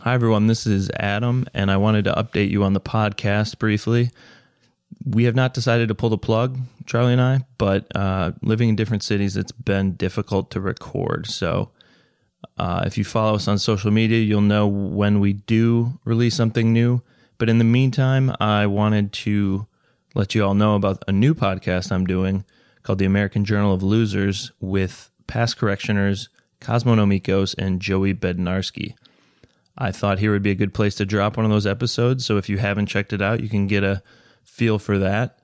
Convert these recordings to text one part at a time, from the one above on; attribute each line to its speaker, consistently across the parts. Speaker 1: Hi, everyone. This is Adam, and I wanted to update you on the podcast briefly. We have not decided to pull the plug, Charlie and I, but uh, living in different cities, it's been difficult to record. So uh, if you follow us on social media, you'll know when we do release something new. But in the meantime, I wanted to let you all know about a new podcast I'm doing called The American Journal of Losers with past correctioners Cosmonomikos and Joey Bednarski. I thought here would be a good place to drop one of those episodes. So if you haven't checked it out, you can get a feel for that.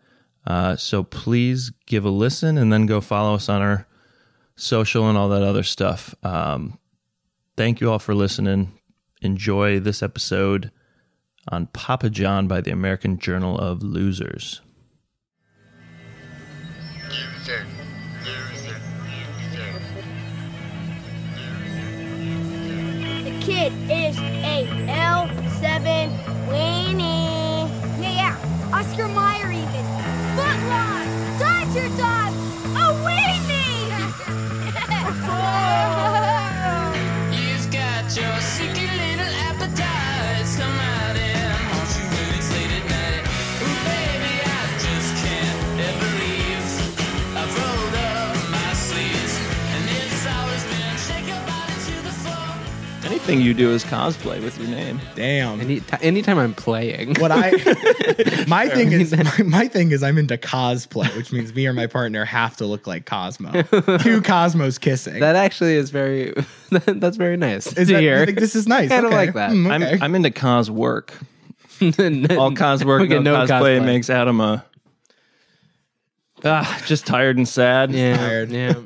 Speaker 1: Uh, so please give a listen and then go follow us on our social and all that other stuff. Um, thank you all for listening. Enjoy this episode on Papa John by the American Journal of Losers.
Speaker 2: Loser. Loser. Loser.
Speaker 3: The kid is a L7 Winnie. Yeah, yeah. Oscar Meyer even. Footlong! Dodger Dog! A Weenie!
Speaker 4: You've got your sicky little appetite. Somehow then, aren't you really late at night? Ooh, baby, I just can't ever leave. I've rolled up my sleeves, and it's always been shake your body to the floor.
Speaker 1: Anything you do is cosplay with your name.
Speaker 5: Damn.
Speaker 6: Any, t- anytime I'm playing.
Speaker 5: what I my thing is my, my thing is I'm into cosplay, which means me or my partner have to look like Cosmo. Two Cosmos kissing.
Speaker 6: That actually is very. that's very nice
Speaker 5: Is
Speaker 6: to
Speaker 5: that-
Speaker 6: hear.
Speaker 5: I think this is nice.
Speaker 6: Kind of
Speaker 5: okay.
Speaker 6: like that.
Speaker 5: Hmm,
Speaker 1: I'm,
Speaker 5: okay.
Speaker 1: I'm into cos work. All
Speaker 6: All
Speaker 1: cos work, no, cosplay, makes Adam a. Ah, just tired and sad.
Speaker 6: Yeah,
Speaker 5: tired.
Speaker 6: yeah.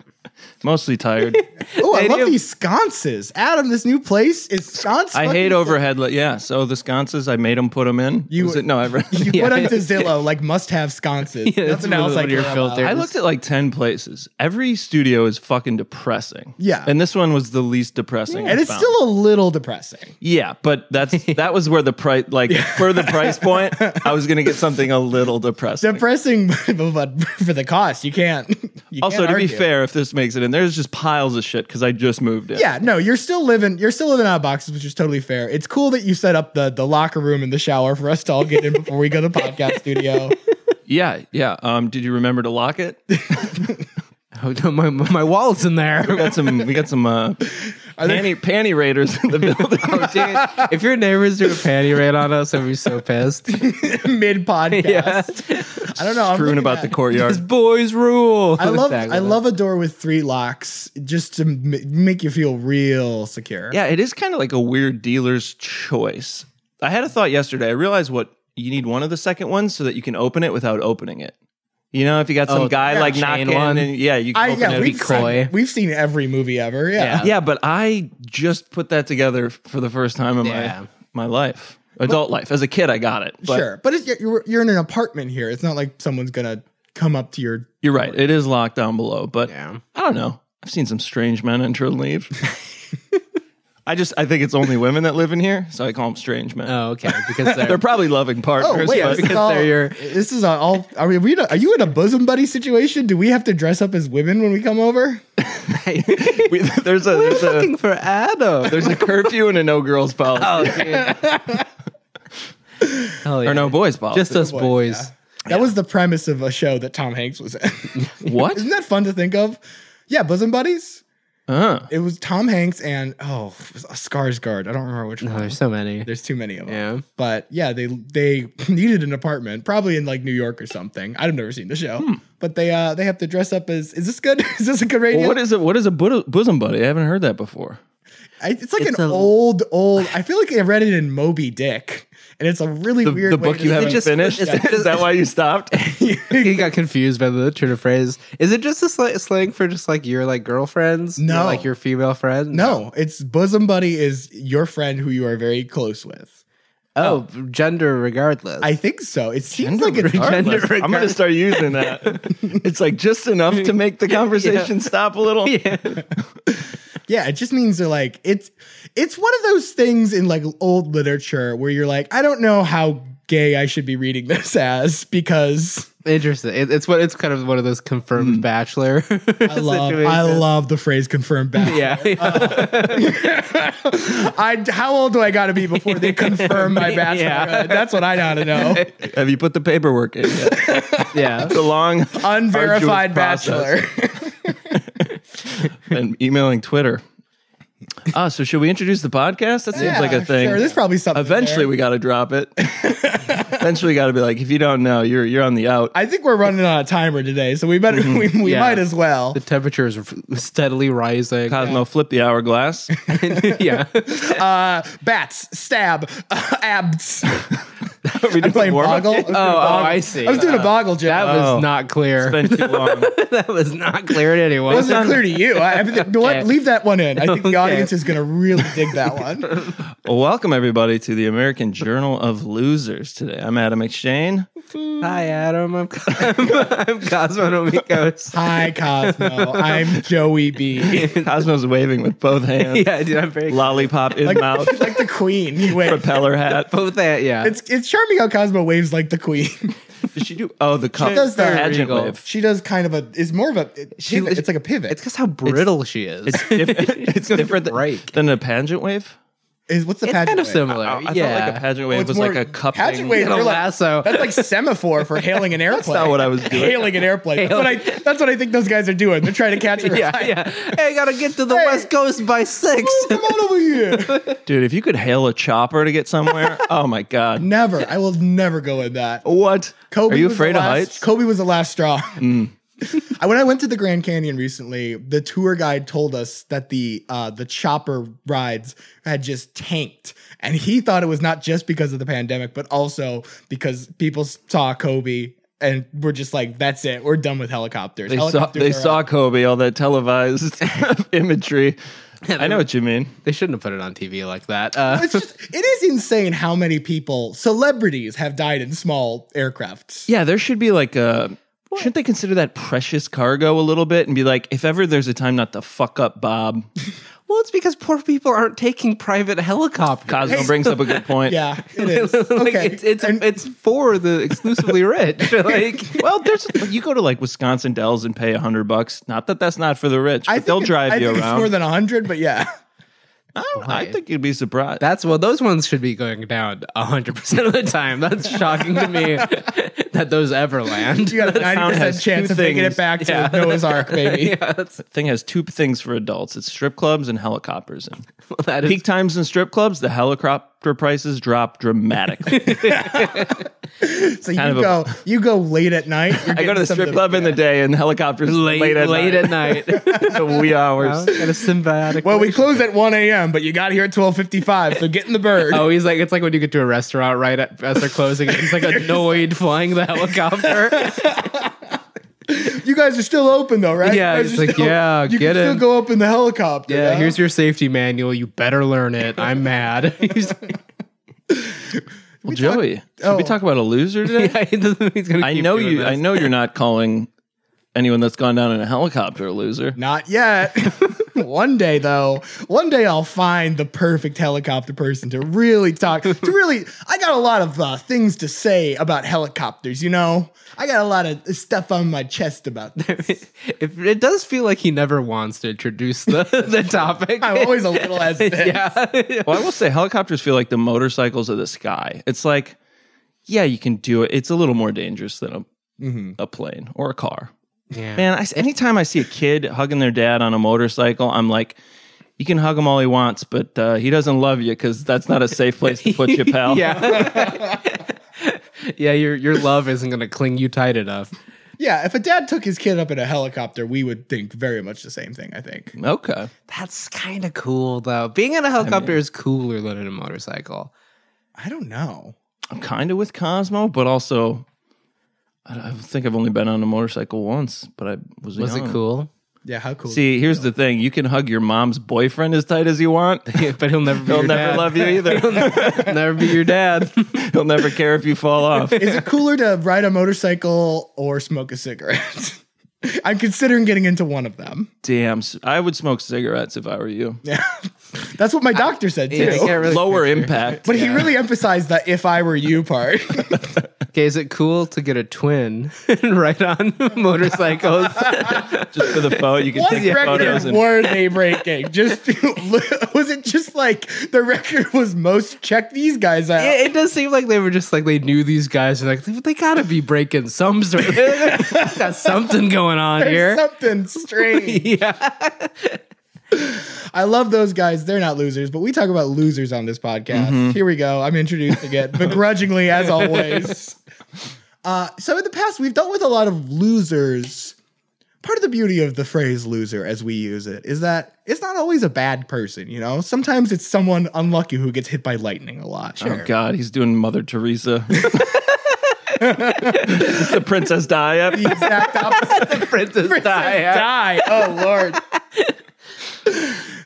Speaker 1: Mostly tired.
Speaker 5: oh, I
Speaker 6: they
Speaker 5: love
Speaker 6: do-
Speaker 5: these sconces. Adam, this new place is sconce.
Speaker 1: I
Speaker 5: fucking-
Speaker 1: hate overhead. Li- yeah, so the sconces, I made them put them in.
Speaker 5: You-
Speaker 1: Was it- no, I, re-
Speaker 5: You
Speaker 6: Yeah.
Speaker 5: put onto Zillow like must have sconces.
Speaker 6: Yeah, that's
Speaker 5: Nothing
Speaker 6: one of
Speaker 5: else I
Speaker 6: your
Speaker 5: care about.
Speaker 6: filters.
Speaker 1: I looked at like ten places. Every studio is fucking depressing.
Speaker 5: Yeah.
Speaker 1: and this one was the least depressing.
Speaker 5: And
Speaker 1: I
Speaker 5: it's
Speaker 1: found.
Speaker 5: still a little depressing.
Speaker 1: yeah, but that's that was where the price, like for the price point, I was gonna get something a little depressing.
Speaker 5: Depressing, but for the cost, you can't. you
Speaker 1: also,
Speaker 5: can't
Speaker 1: to be
Speaker 5: argue.
Speaker 1: fair, if this makes it in, there's just piles of shit because I just moved in.
Speaker 5: Yeah, no, you're still living. You're still living out of boxes, which is totally fair. It's cool that you set up the the locker room and the shower for us to all get in before we go to the podcast studio.
Speaker 1: yeah, yeah. Um, did you remember to lock it?
Speaker 6: Oh, no, my my wallet's in
Speaker 1: We
Speaker 6: there.
Speaker 1: got some. We got some uh, panty panty raiders in the building.
Speaker 6: oh, dang it. If your neighbors do a panty raid on us, I'd be so pissed.
Speaker 5: Mid podcast,
Speaker 6: yeah,
Speaker 5: I don't know. I'm
Speaker 1: Screwing
Speaker 5: looking
Speaker 1: about
Speaker 5: at-
Speaker 1: the courtyard.
Speaker 6: It's boys rule.
Speaker 5: I love
Speaker 6: Exactly.
Speaker 5: I love a door with three locks just to m- make you feel real secure.
Speaker 1: Yeah, it is kind of like a weird dealer's choice. I had a thought yesterday. I realized what you need one of the second ones so that you can open it without opening it. You know, if you got some
Speaker 6: Oh,
Speaker 1: guy
Speaker 6: yeah,
Speaker 1: like
Speaker 6: chain
Speaker 1: knocking
Speaker 6: one.
Speaker 1: and yeah, you can
Speaker 5: I,
Speaker 1: open
Speaker 5: yeah,
Speaker 1: it.
Speaker 6: be
Speaker 5: we've
Speaker 6: coy.
Speaker 5: seen, we've seen every movie ever. Yeah,
Speaker 6: Yeah.
Speaker 1: yeah, but I just put that together for the first time in
Speaker 6: Yeah.
Speaker 1: my my life. Adult life. As a kid, I got it. But
Speaker 5: sure. But it's, you're you're in an apartment here. It's not like someone's gonna come up to your.
Speaker 1: You're right. It is locked down below. But
Speaker 6: Yeah.
Speaker 1: I don't know. I've seen some strange men enter and leave. I just I think it's only women that live in here, so I call them strange men.
Speaker 6: Oh, okay. Because they're,
Speaker 1: They're probably loving partners.
Speaker 5: Oh wait,
Speaker 1: but-
Speaker 5: this is, all,
Speaker 6: they're your-
Speaker 5: this is all. Are we? we are you in a bosom buddy situation? Do we have to dress up as women when we come over?
Speaker 1: We, there's a there's
Speaker 6: looking
Speaker 1: a,
Speaker 6: for Adam.
Speaker 1: there's a curfew and a no girls policy
Speaker 6: oh, dude. Hell yeah.
Speaker 1: or no boys policy.
Speaker 6: Just us boys.
Speaker 5: That was the premise of a show that Tom Hanks was in.
Speaker 1: what?
Speaker 5: Isn't that fun to think of? Yeah, bosom buddies.
Speaker 1: Uh,
Speaker 5: It was Tom Hanks and oh, it was Skarsgård. I don't remember which
Speaker 6: No,
Speaker 5: one.
Speaker 6: Oh, there's so many.
Speaker 5: There's too many of them.
Speaker 6: Uh-huh. Yeah.
Speaker 5: But yeah, they they needed an apartment, probably in like New York or something. I've never seen the show, but they uh they have to dress up as. Is this good? is this a good radio?
Speaker 1: well, what is it? What is a bo- bosom buddy? I haven't heard that before.
Speaker 5: I, it's like
Speaker 6: It's
Speaker 5: an
Speaker 6: a-
Speaker 5: old old. I feel like I read it in Moby Dick, and it's a really
Speaker 1: The,
Speaker 5: weird.
Speaker 1: the
Speaker 5: way
Speaker 1: book
Speaker 5: to-
Speaker 1: you haven't
Speaker 6: just-
Speaker 1: finished
Speaker 6: it's- it's-
Speaker 1: is that why you stopped?
Speaker 6: he got confused by the turn of phrase. Is it just a sl- slang for just like your like girlfriends? Your,
Speaker 5: No.
Speaker 6: like your female friend.
Speaker 5: No, it's bosom buddy is your friend who you are very close with.
Speaker 6: Oh, gender regardless.
Speaker 5: I think so. It seems like it's
Speaker 1: Gender
Speaker 6: regardless.
Speaker 1: regardless. I'm gonna start using that. it's like just enough to make the conversation stop a little.
Speaker 6: yeah.
Speaker 5: yeah. It just means they're like it's it's one of those things in like old literature where you're like I don't know how gay I should be reading this as because
Speaker 6: Interesting. It, it's what it's kind of one of those confirmed
Speaker 1: Hmm.
Speaker 6: bachelor.
Speaker 5: I love, I love the phrase confirmed bachelor.
Speaker 6: Yeah.
Speaker 5: I, how old do I got to be before they confirm my bachelorhood?
Speaker 6: Yeah.
Speaker 5: That's what I got to know.
Speaker 1: Have you put the paperwork in yet?
Speaker 6: yeah.
Speaker 1: It's a long,
Speaker 5: Unverified
Speaker 1: arduous process.
Speaker 5: bachelor.
Speaker 1: and emailing Twitter. Ah, so should we introduce the podcast? That seems
Speaker 5: Yeah,
Speaker 1: like a thing.
Speaker 5: Sure, there's probably something.
Speaker 1: Eventually,
Speaker 5: there.
Speaker 1: we got to drop it. Eventually, got to be like, if you don't know, you're you're on the out.
Speaker 5: I think we're running on a timer today, so we better we, we
Speaker 6: Yeah.
Speaker 5: might as well.
Speaker 6: The temperature is steadily rising.
Speaker 1: Cosmo, flip the hourglass.
Speaker 6: yeah.
Speaker 5: Uh, Bats, stab, abs.
Speaker 1: we
Speaker 5: I'm playing
Speaker 1: warm-up?
Speaker 5: Boggle. I was doing
Speaker 6: Oh,
Speaker 5: Boggle.
Speaker 6: I see.
Speaker 5: I was doing a Boggle joke.
Speaker 6: That
Speaker 1: Oh.
Speaker 6: was not clear.
Speaker 1: It's been too long.
Speaker 6: that was not clear to anyone.
Speaker 5: It wasn't clear to you. I, I, you know
Speaker 6: Okay.
Speaker 5: what? Leave that one in. I think
Speaker 6: Okay.
Speaker 5: the audience is going to really dig that one.
Speaker 1: Well, welcome everybody to the American Journal of Losers. Today, I'm Adam McShane.
Speaker 6: Hi, Adam. I'm, I'm, I'm Cosmo Nomikos.
Speaker 5: Hi, Cosmo. I'm Joey B.
Speaker 1: Cosmo's waving with both hands,
Speaker 6: yeah, dude, I'm very
Speaker 1: lollipop in
Speaker 5: Like,
Speaker 1: mouth,
Speaker 5: like the queen. He waves.
Speaker 1: propeller hat.
Speaker 6: both that. Yeah,
Speaker 5: It's, it's charming how Cosmo waves like the queen.
Speaker 1: Did she do? Oh, the cup.
Speaker 5: does that.
Speaker 1: pageant
Speaker 6: Regal.
Speaker 1: wave.
Speaker 5: She does kind of a, is more of a, it-
Speaker 6: She-
Speaker 5: pivot. it's like a pivot.
Speaker 6: it's because how brittle she is.
Speaker 1: It's, diff- it's
Speaker 6: gonna
Speaker 1: different than-
Speaker 6: break.
Speaker 1: than a pageant wave.
Speaker 5: Is, what's the
Speaker 6: It's
Speaker 5: pageant
Speaker 6: kind of
Speaker 5: wave?
Speaker 6: similar.
Speaker 1: I, I
Speaker 6: yeah,
Speaker 1: thought like a pageant
Speaker 5: Well,
Speaker 1: wave
Speaker 5: it's
Speaker 1: was
Speaker 5: more-
Speaker 1: like a cup.
Speaker 5: Pageant wave,
Speaker 6: And a
Speaker 5: you're like-
Speaker 6: lasso.
Speaker 5: That's like semaphore for hailing an airplane. That's
Speaker 1: not what I was doing.
Speaker 5: Hailing an airplane. That's what I, that's what I think those guys are doing. They're trying to catch a
Speaker 6: yeah, yeah. Hey, I gotta get to the
Speaker 5: Hey.
Speaker 6: West Coast by six.
Speaker 5: Oh, come on over here.
Speaker 1: Dude, if you could hail a chopper to get somewhere, oh my god.
Speaker 5: Never. I will never go in that.
Speaker 1: What?
Speaker 5: Kobe
Speaker 1: Are you
Speaker 5: was the
Speaker 1: afraid of
Speaker 5: last-
Speaker 1: heights? Mm.
Speaker 5: Kobe was the last straw. I, when I went to the Grand Canyon recently, the tour guide told us that the uh, the chopper rides had just tanked, and he thought it was not just because of the pandemic, but also because people saw Kobe and were just like, "That's it, we're done with helicopters."
Speaker 1: They saw
Speaker 5: helicopters
Speaker 1: they
Speaker 5: are
Speaker 1: saw
Speaker 5: out.
Speaker 1: Kobe, all that televised imagery. I know what you mean.
Speaker 6: They shouldn't have put it on TV like that. Uh,
Speaker 5: It's just, it is insane how many people, celebrities, have died in small aircrafts.
Speaker 1: Yeah, there should be like a shouldn't they consider that precious cargo a little bit and be like, if ever there's a time not to fuck up Bob,
Speaker 6: well, it's because poor people aren't taking private helicopters.
Speaker 1: Cosmo brings up a good point.
Speaker 5: Yeah, it is.
Speaker 6: like,
Speaker 5: Okay.
Speaker 6: it's it's, it's for the exclusively rich. like,
Speaker 1: Well, there's you go to like Wisconsin Dells and pay a hundred bucks. Not that that's not for the rich, but
Speaker 5: I think
Speaker 1: they'll
Speaker 5: it-
Speaker 1: drive
Speaker 5: I
Speaker 1: you
Speaker 5: think
Speaker 1: around.
Speaker 5: It's more than hundred, but yeah.
Speaker 1: I, don't, I think you'd be surprised.
Speaker 6: That's well, those ones should be going down 100% of the time. That's shocking to me that those ever land.
Speaker 5: You got a ninety
Speaker 1: has
Speaker 5: percent
Speaker 1: two
Speaker 5: chance of making
Speaker 1: things.
Speaker 5: it back to Noah's Ark, baby.
Speaker 1: thing has two things for adults it's strip clubs and helicopters. And
Speaker 6: That is,
Speaker 1: peak times in strip clubs, the helicopter prices drop dramatically.
Speaker 5: So
Speaker 1: Kind
Speaker 5: you
Speaker 1: of a-
Speaker 5: go, you go late at night. you're
Speaker 1: I go to
Speaker 5: getting
Speaker 1: the
Speaker 5: some
Speaker 1: strip
Speaker 5: of
Speaker 1: club in the day and helicopters late,
Speaker 6: late, late
Speaker 1: at night.
Speaker 6: night. At
Speaker 1: the wee hours.
Speaker 6: night. got a symbiotic.
Speaker 5: Well, we close at one a.m., but you got here at twelve fifty-five. So get in the bird.
Speaker 6: Oh, he's like it's like when you get to a restaurant right at, as they're closing. and He's like annoyed flying the helicopter.
Speaker 5: You guys are still open though, right?
Speaker 6: Yeah,
Speaker 5: You guys
Speaker 6: it's
Speaker 5: are
Speaker 6: like, yeah,
Speaker 5: You
Speaker 6: get
Speaker 5: can still
Speaker 6: in.
Speaker 5: go up in the helicopter.
Speaker 6: Yeah, here's your safety manual. You better learn it. I'm mad. He's,
Speaker 1: Well, Joey, should we
Speaker 5: oh.
Speaker 1: talk about a loser today?
Speaker 6: yeah, he doesn't- he's gonna
Speaker 1: I
Speaker 6: keep
Speaker 1: know
Speaker 6: doing
Speaker 1: you.
Speaker 6: this.
Speaker 1: I know you're not calling anyone that's gone down in a helicopter a loser.
Speaker 5: Not yet. one day though, one day I'll find the perfect helicopter person to really talk. To really, I got a lot of uh, things to say about helicopters. You know, I got a lot of stuff on my chest about. This.
Speaker 6: If it does feel like he never wants to introduce the, the topic.
Speaker 5: I'm always a little hesitant.
Speaker 6: yeah.
Speaker 1: Well, I will say helicopters feel like the motorcycles of the sky. It's like, yeah, you can do it. It's a little more dangerous than a a plane or a car.
Speaker 6: Yeah.
Speaker 1: Man, I, anytime I see a kid hugging their dad on a motorcycle, I'm like, you can hug him all he wants, but uh, he doesn't love you because that's not a safe place to put you, pal.
Speaker 6: Yeah. Oh. yeah, your your love isn't gonna cling you tight enough.
Speaker 5: Yeah, if a dad took his kid up in a helicopter, we would think very much the same thing, I think.
Speaker 1: Okay.
Speaker 6: That's kind of cool though. Being in a helicopter is cooler than in a motorcycle.
Speaker 5: I don't know.
Speaker 1: I'm kind of with Cosmo, but also, I, don't- I think I've only been on a motorcycle once, but I was
Speaker 6: Was it
Speaker 1: young.
Speaker 6: cool?
Speaker 5: Yeah, how cool.
Speaker 1: See, here's the thing you can hug your mom's boyfriend as tight as you want.
Speaker 6: but he'll never be
Speaker 1: He'll
Speaker 6: your
Speaker 1: never
Speaker 6: dad.
Speaker 1: love you either.
Speaker 6: never be your dad.
Speaker 1: He'll never care if you fall off.
Speaker 5: is it cooler to ride a motorcycle or smoke a cigarette? I'm considering getting into one of them.
Speaker 1: Damn, s- I would smoke cigarettes if I were you.
Speaker 5: Yeah. That's what my doctor said too.
Speaker 6: I can't really
Speaker 1: Lower impact.
Speaker 5: but he really emphasized that if I were you part.
Speaker 6: Okay, is it cool to get a twin and ride on motorcycles?
Speaker 1: Just for the photo, you can
Speaker 5: What
Speaker 1: take the photos
Speaker 5: record
Speaker 1: and
Speaker 5: were they breaking? Just was it just like the record was most check these guys out?
Speaker 6: Yeah, it does seem like they were just like they knew these guys. And like they, they gotta be breaking some sort. got something going on
Speaker 5: There's
Speaker 6: here.
Speaker 5: something strange.
Speaker 6: Yeah,
Speaker 5: I love those guys. They're not losers, but we talk about losers on this podcast. Here we go. I'm introduced again, begrudgingly as always. Uh, so in the past, we've dealt with a lot of losers. Part of the beauty of the phrase "loser," as we use it, is that it's not always a bad person. You know, sometimes it's someone unlucky who gets hit by lightning a lot.
Speaker 1: Oh God, he's doing Mother Teresa. Is this the Princess Di
Speaker 5: The exact opposite.
Speaker 6: princess die.
Speaker 5: die. Oh Lord.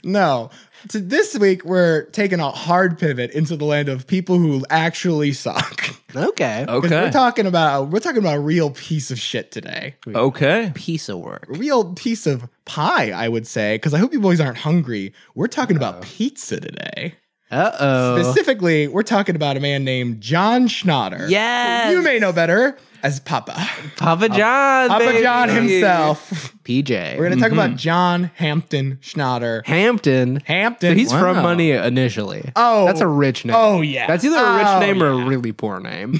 Speaker 5: no. So this week we're taking a hard pivot into the land of people who actually suck. 'Cause
Speaker 6: Okay, okay,
Speaker 1: Okay.
Speaker 5: We're talking about we're talking about a real piece of shit today.
Speaker 1: Okay.
Speaker 6: piece of work.
Speaker 5: A real piece of pie, I would say, because I hope you boys aren't hungry. We're talking about pizza today.
Speaker 6: Uh oh.
Speaker 5: Specifically, we're talking about a man named John Schnatter.
Speaker 6: Yes.
Speaker 5: You may know better as Papa.
Speaker 6: Papa John.
Speaker 5: Papa
Speaker 6: baby.
Speaker 5: John himself.
Speaker 6: PJ.
Speaker 5: We're gonna talk about John Hampton Schnatter.
Speaker 6: Hampton.
Speaker 5: Hampton.
Speaker 6: So he's from
Speaker 1: Wow.
Speaker 6: money initially.
Speaker 5: Oh.
Speaker 6: that's a rich name.
Speaker 5: Oh, yeah.
Speaker 6: that's either a rich
Speaker 5: Oh,
Speaker 6: name or a really poor name.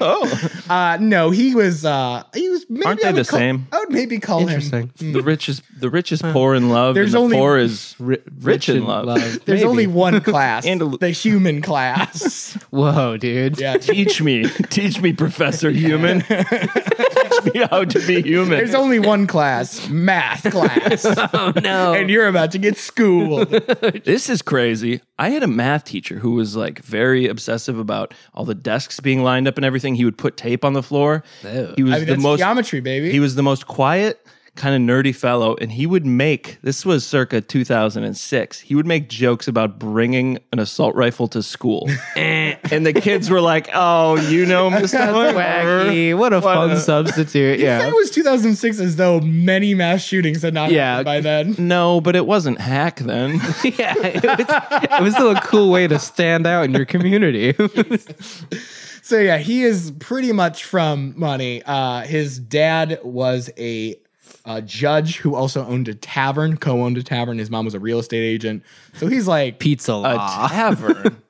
Speaker 5: Uh, no, he was. Uh, he was. Maybe
Speaker 1: Aren't
Speaker 5: I
Speaker 1: they
Speaker 5: would
Speaker 1: the
Speaker 5: call-
Speaker 1: same?
Speaker 5: I would maybe call him.
Speaker 6: Interesting.
Speaker 1: The rich is the rich is poor in love. and
Speaker 5: There's
Speaker 1: the
Speaker 5: only-
Speaker 1: poor is
Speaker 6: Ri-
Speaker 1: Rich in love.
Speaker 5: There's
Speaker 6: Maybe.
Speaker 5: only one class,
Speaker 1: Andalou-
Speaker 5: the human class.
Speaker 6: whoa, dude.
Speaker 5: yeah,
Speaker 1: teach me, teach me, Professor Human. teach me how to be human.
Speaker 5: there's only one class, math class,
Speaker 6: Oh no.
Speaker 5: and you're about to get schooled.
Speaker 1: This is crazy. I had a math teacher who was like very obsessive about all the desks being lined up and everything. He would put tape on the floor.
Speaker 6: Ew.
Speaker 1: He was
Speaker 5: I
Speaker 1: the
Speaker 5: mean, that's
Speaker 1: most
Speaker 5: geometry, baby.
Speaker 1: he was the most quiet, kind of nerdy fellow and he would make this was circa 2006. He would make jokes about bringing an assault rifle to school. and the kids were like, "Oh, you know, Mr. Whacker."
Speaker 6: Wacky. What a fun
Speaker 1: a-
Speaker 6: substitute. Yeah.
Speaker 5: that was 2006, as though many mass shootings had not
Speaker 6: Yeah.
Speaker 5: happened by then.
Speaker 1: No, but it wasn't hack then.
Speaker 6: yeah. It was, it was still a cool way to stand out in your community.
Speaker 5: So yeah, he is pretty much from money. Uh, his dad was a, a judge who also owned a tavern, co-owned a tavern. His mom was a real estate agent, so he's like
Speaker 6: Pizza
Speaker 1: A
Speaker 6: law.
Speaker 1: tavern.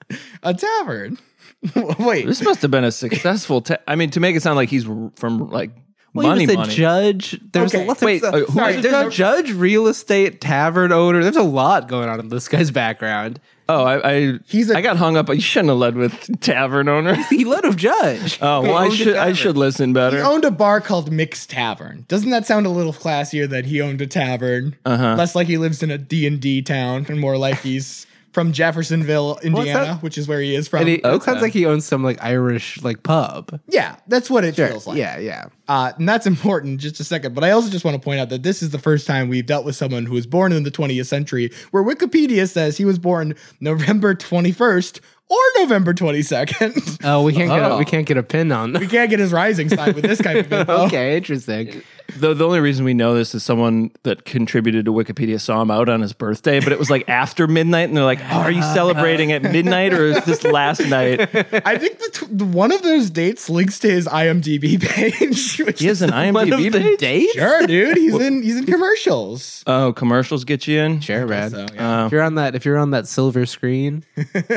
Speaker 5: a tavern. Wait,
Speaker 1: This must have been a successful. Ta- I mean, to make it sound like he's r- from like money,
Speaker 6: he was
Speaker 1: money.
Speaker 6: a judge. There's
Speaker 5: Okay.
Speaker 6: a lot.
Speaker 1: Wait,
Speaker 6: there's a-
Speaker 1: uh, who-
Speaker 6: sorry,
Speaker 5: sorry,
Speaker 6: there's a
Speaker 5: no-
Speaker 6: judge, real estate, tavern owner. There's a lot going on in this guy's background.
Speaker 1: oh, I, I
Speaker 5: He's a-
Speaker 1: I got hung up. You shouldn't have led with tavern owner.
Speaker 6: He let him judge.
Speaker 1: Oh, well, I should I should listen
Speaker 5: He
Speaker 1: better.
Speaker 5: owned a bar called Mick's Tavern. Doesn't that sound a little classier that he owned a tavern? Uh-huh. Less like he lives in a D&D town and more like he's from Jeffersonville, Indiana,
Speaker 6: that?
Speaker 5: which is where he is from.
Speaker 6: And he, It
Speaker 1: Okay.
Speaker 6: sounds like he owns some like Irish like pub.
Speaker 5: yeah, that's what it feels like.
Speaker 6: Yeah, yeah.
Speaker 5: Uh, and that's important just a second. But I also just want to point out that this is the first time we've dealt with someone who was born in the 20th century, where Wikipedia says he was born November 21st or November 22nd.
Speaker 6: Oh, we can't get a,
Speaker 1: Oh.
Speaker 6: we can't get a pin on.
Speaker 5: we can't get his rising sign with this kind of info.
Speaker 6: okay, interesting.
Speaker 1: The, the only reason we know this is someone that contributed to Wikipedia saw him out on his birthday, but it was like after midnight, and they're like, "Oh, "Are you celebrating at midnight or is this last night?"
Speaker 5: I think the t- the- one of those dates links to his IMDb page. Which
Speaker 1: He has an
Speaker 6: One of
Speaker 1: IMDb
Speaker 6: the
Speaker 1: page?
Speaker 6: dates.
Speaker 5: sure, dude. He's in he's in commercials.
Speaker 1: Oh, commercials get you in.
Speaker 6: Sure, man.
Speaker 5: So, yeah.
Speaker 6: if you're on that, if you're on that silver screen,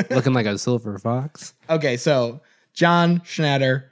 Speaker 6: looking like a silver fox,
Speaker 5: Okay, so John Schnatter,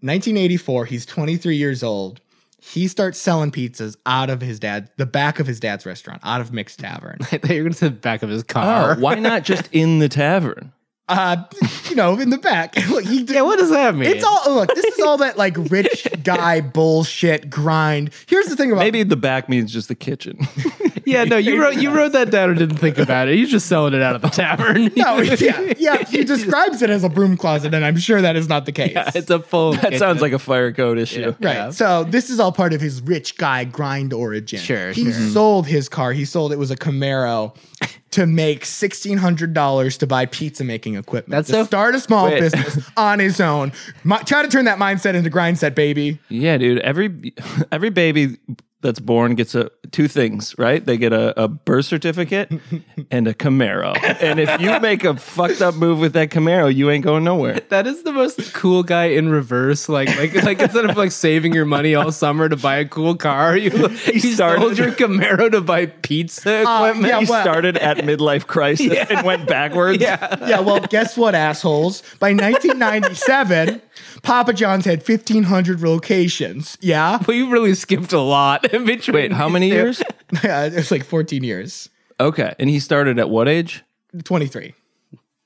Speaker 5: 1984. He's 23 years old. He starts selling pizzas out of his dad, the back of his dad's restaurant, out of Mixed Tavern.
Speaker 6: I thought you were going to say the back of his
Speaker 1: Oh,
Speaker 6: car.
Speaker 1: why not just in the tavern?
Speaker 5: Uh, you know, in the back. Look, he
Speaker 6: Yeah, what does that mean?
Speaker 5: It's all look. This is all that like rich guy bullshit grind. Here's the thing about
Speaker 1: Maybe the back means just the kitchen.
Speaker 6: Yeah, no, you wrote you wrote that down and didn't think about it. He's just selling it out of the tavern.
Speaker 5: no, Oh, yeah, yeah. He describes it as a broom closet, and I'm sure that is not the case.
Speaker 6: it's a full.
Speaker 1: That sounds like a fire code issue.
Speaker 5: Right.
Speaker 6: Yeah.
Speaker 5: So this is all part of his rich guy grind origin.
Speaker 6: Sure, Mm-hmm.
Speaker 5: He sold his car. He sold it was a Camaro to make sixteen hundred dollars to buy pizza making equipment.
Speaker 6: That's
Speaker 5: to
Speaker 6: so-
Speaker 5: start a small
Speaker 1: Wait.
Speaker 5: business on his own. Mi- try to turn that mindset into grind set, baby.
Speaker 1: Yeah, dude. Every every baby
Speaker 7: that's born gets a two things, right? They get a, a birth certificate and a Camaro. And if you make a fucked up move with that Camaro, you ain't going nowhere.
Speaker 6: That is the most cool guy in reverse. Like, like, like instead of like saving your money all summer to buy a cool car, you, you sold
Speaker 7: started-
Speaker 6: your Camaro to buy pizza
Speaker 5: Uh,
Speaker 6: equipment.
Speaker 5: yeah,
Speaker 7: He
Speaker 5: well-
Speaker 7: started at midlife crisis and went backwards.
Speaker 6: yeah.
Speaker 5: yeah, well, guess what, assholes? By 1997, Papa John's had 1,500 locations. Yeah,
Speaker 6: Well, you really skipped a lot in between.
Speaker 7: Wait, how
Speaker 6: these
Speaker 7: many
Speaker 6: two.
Speaker 7: years?
Speaker 5: yeah it was like 14 years.
Speaker 7: Okay. And he started at what age?
Speaker 5: 23.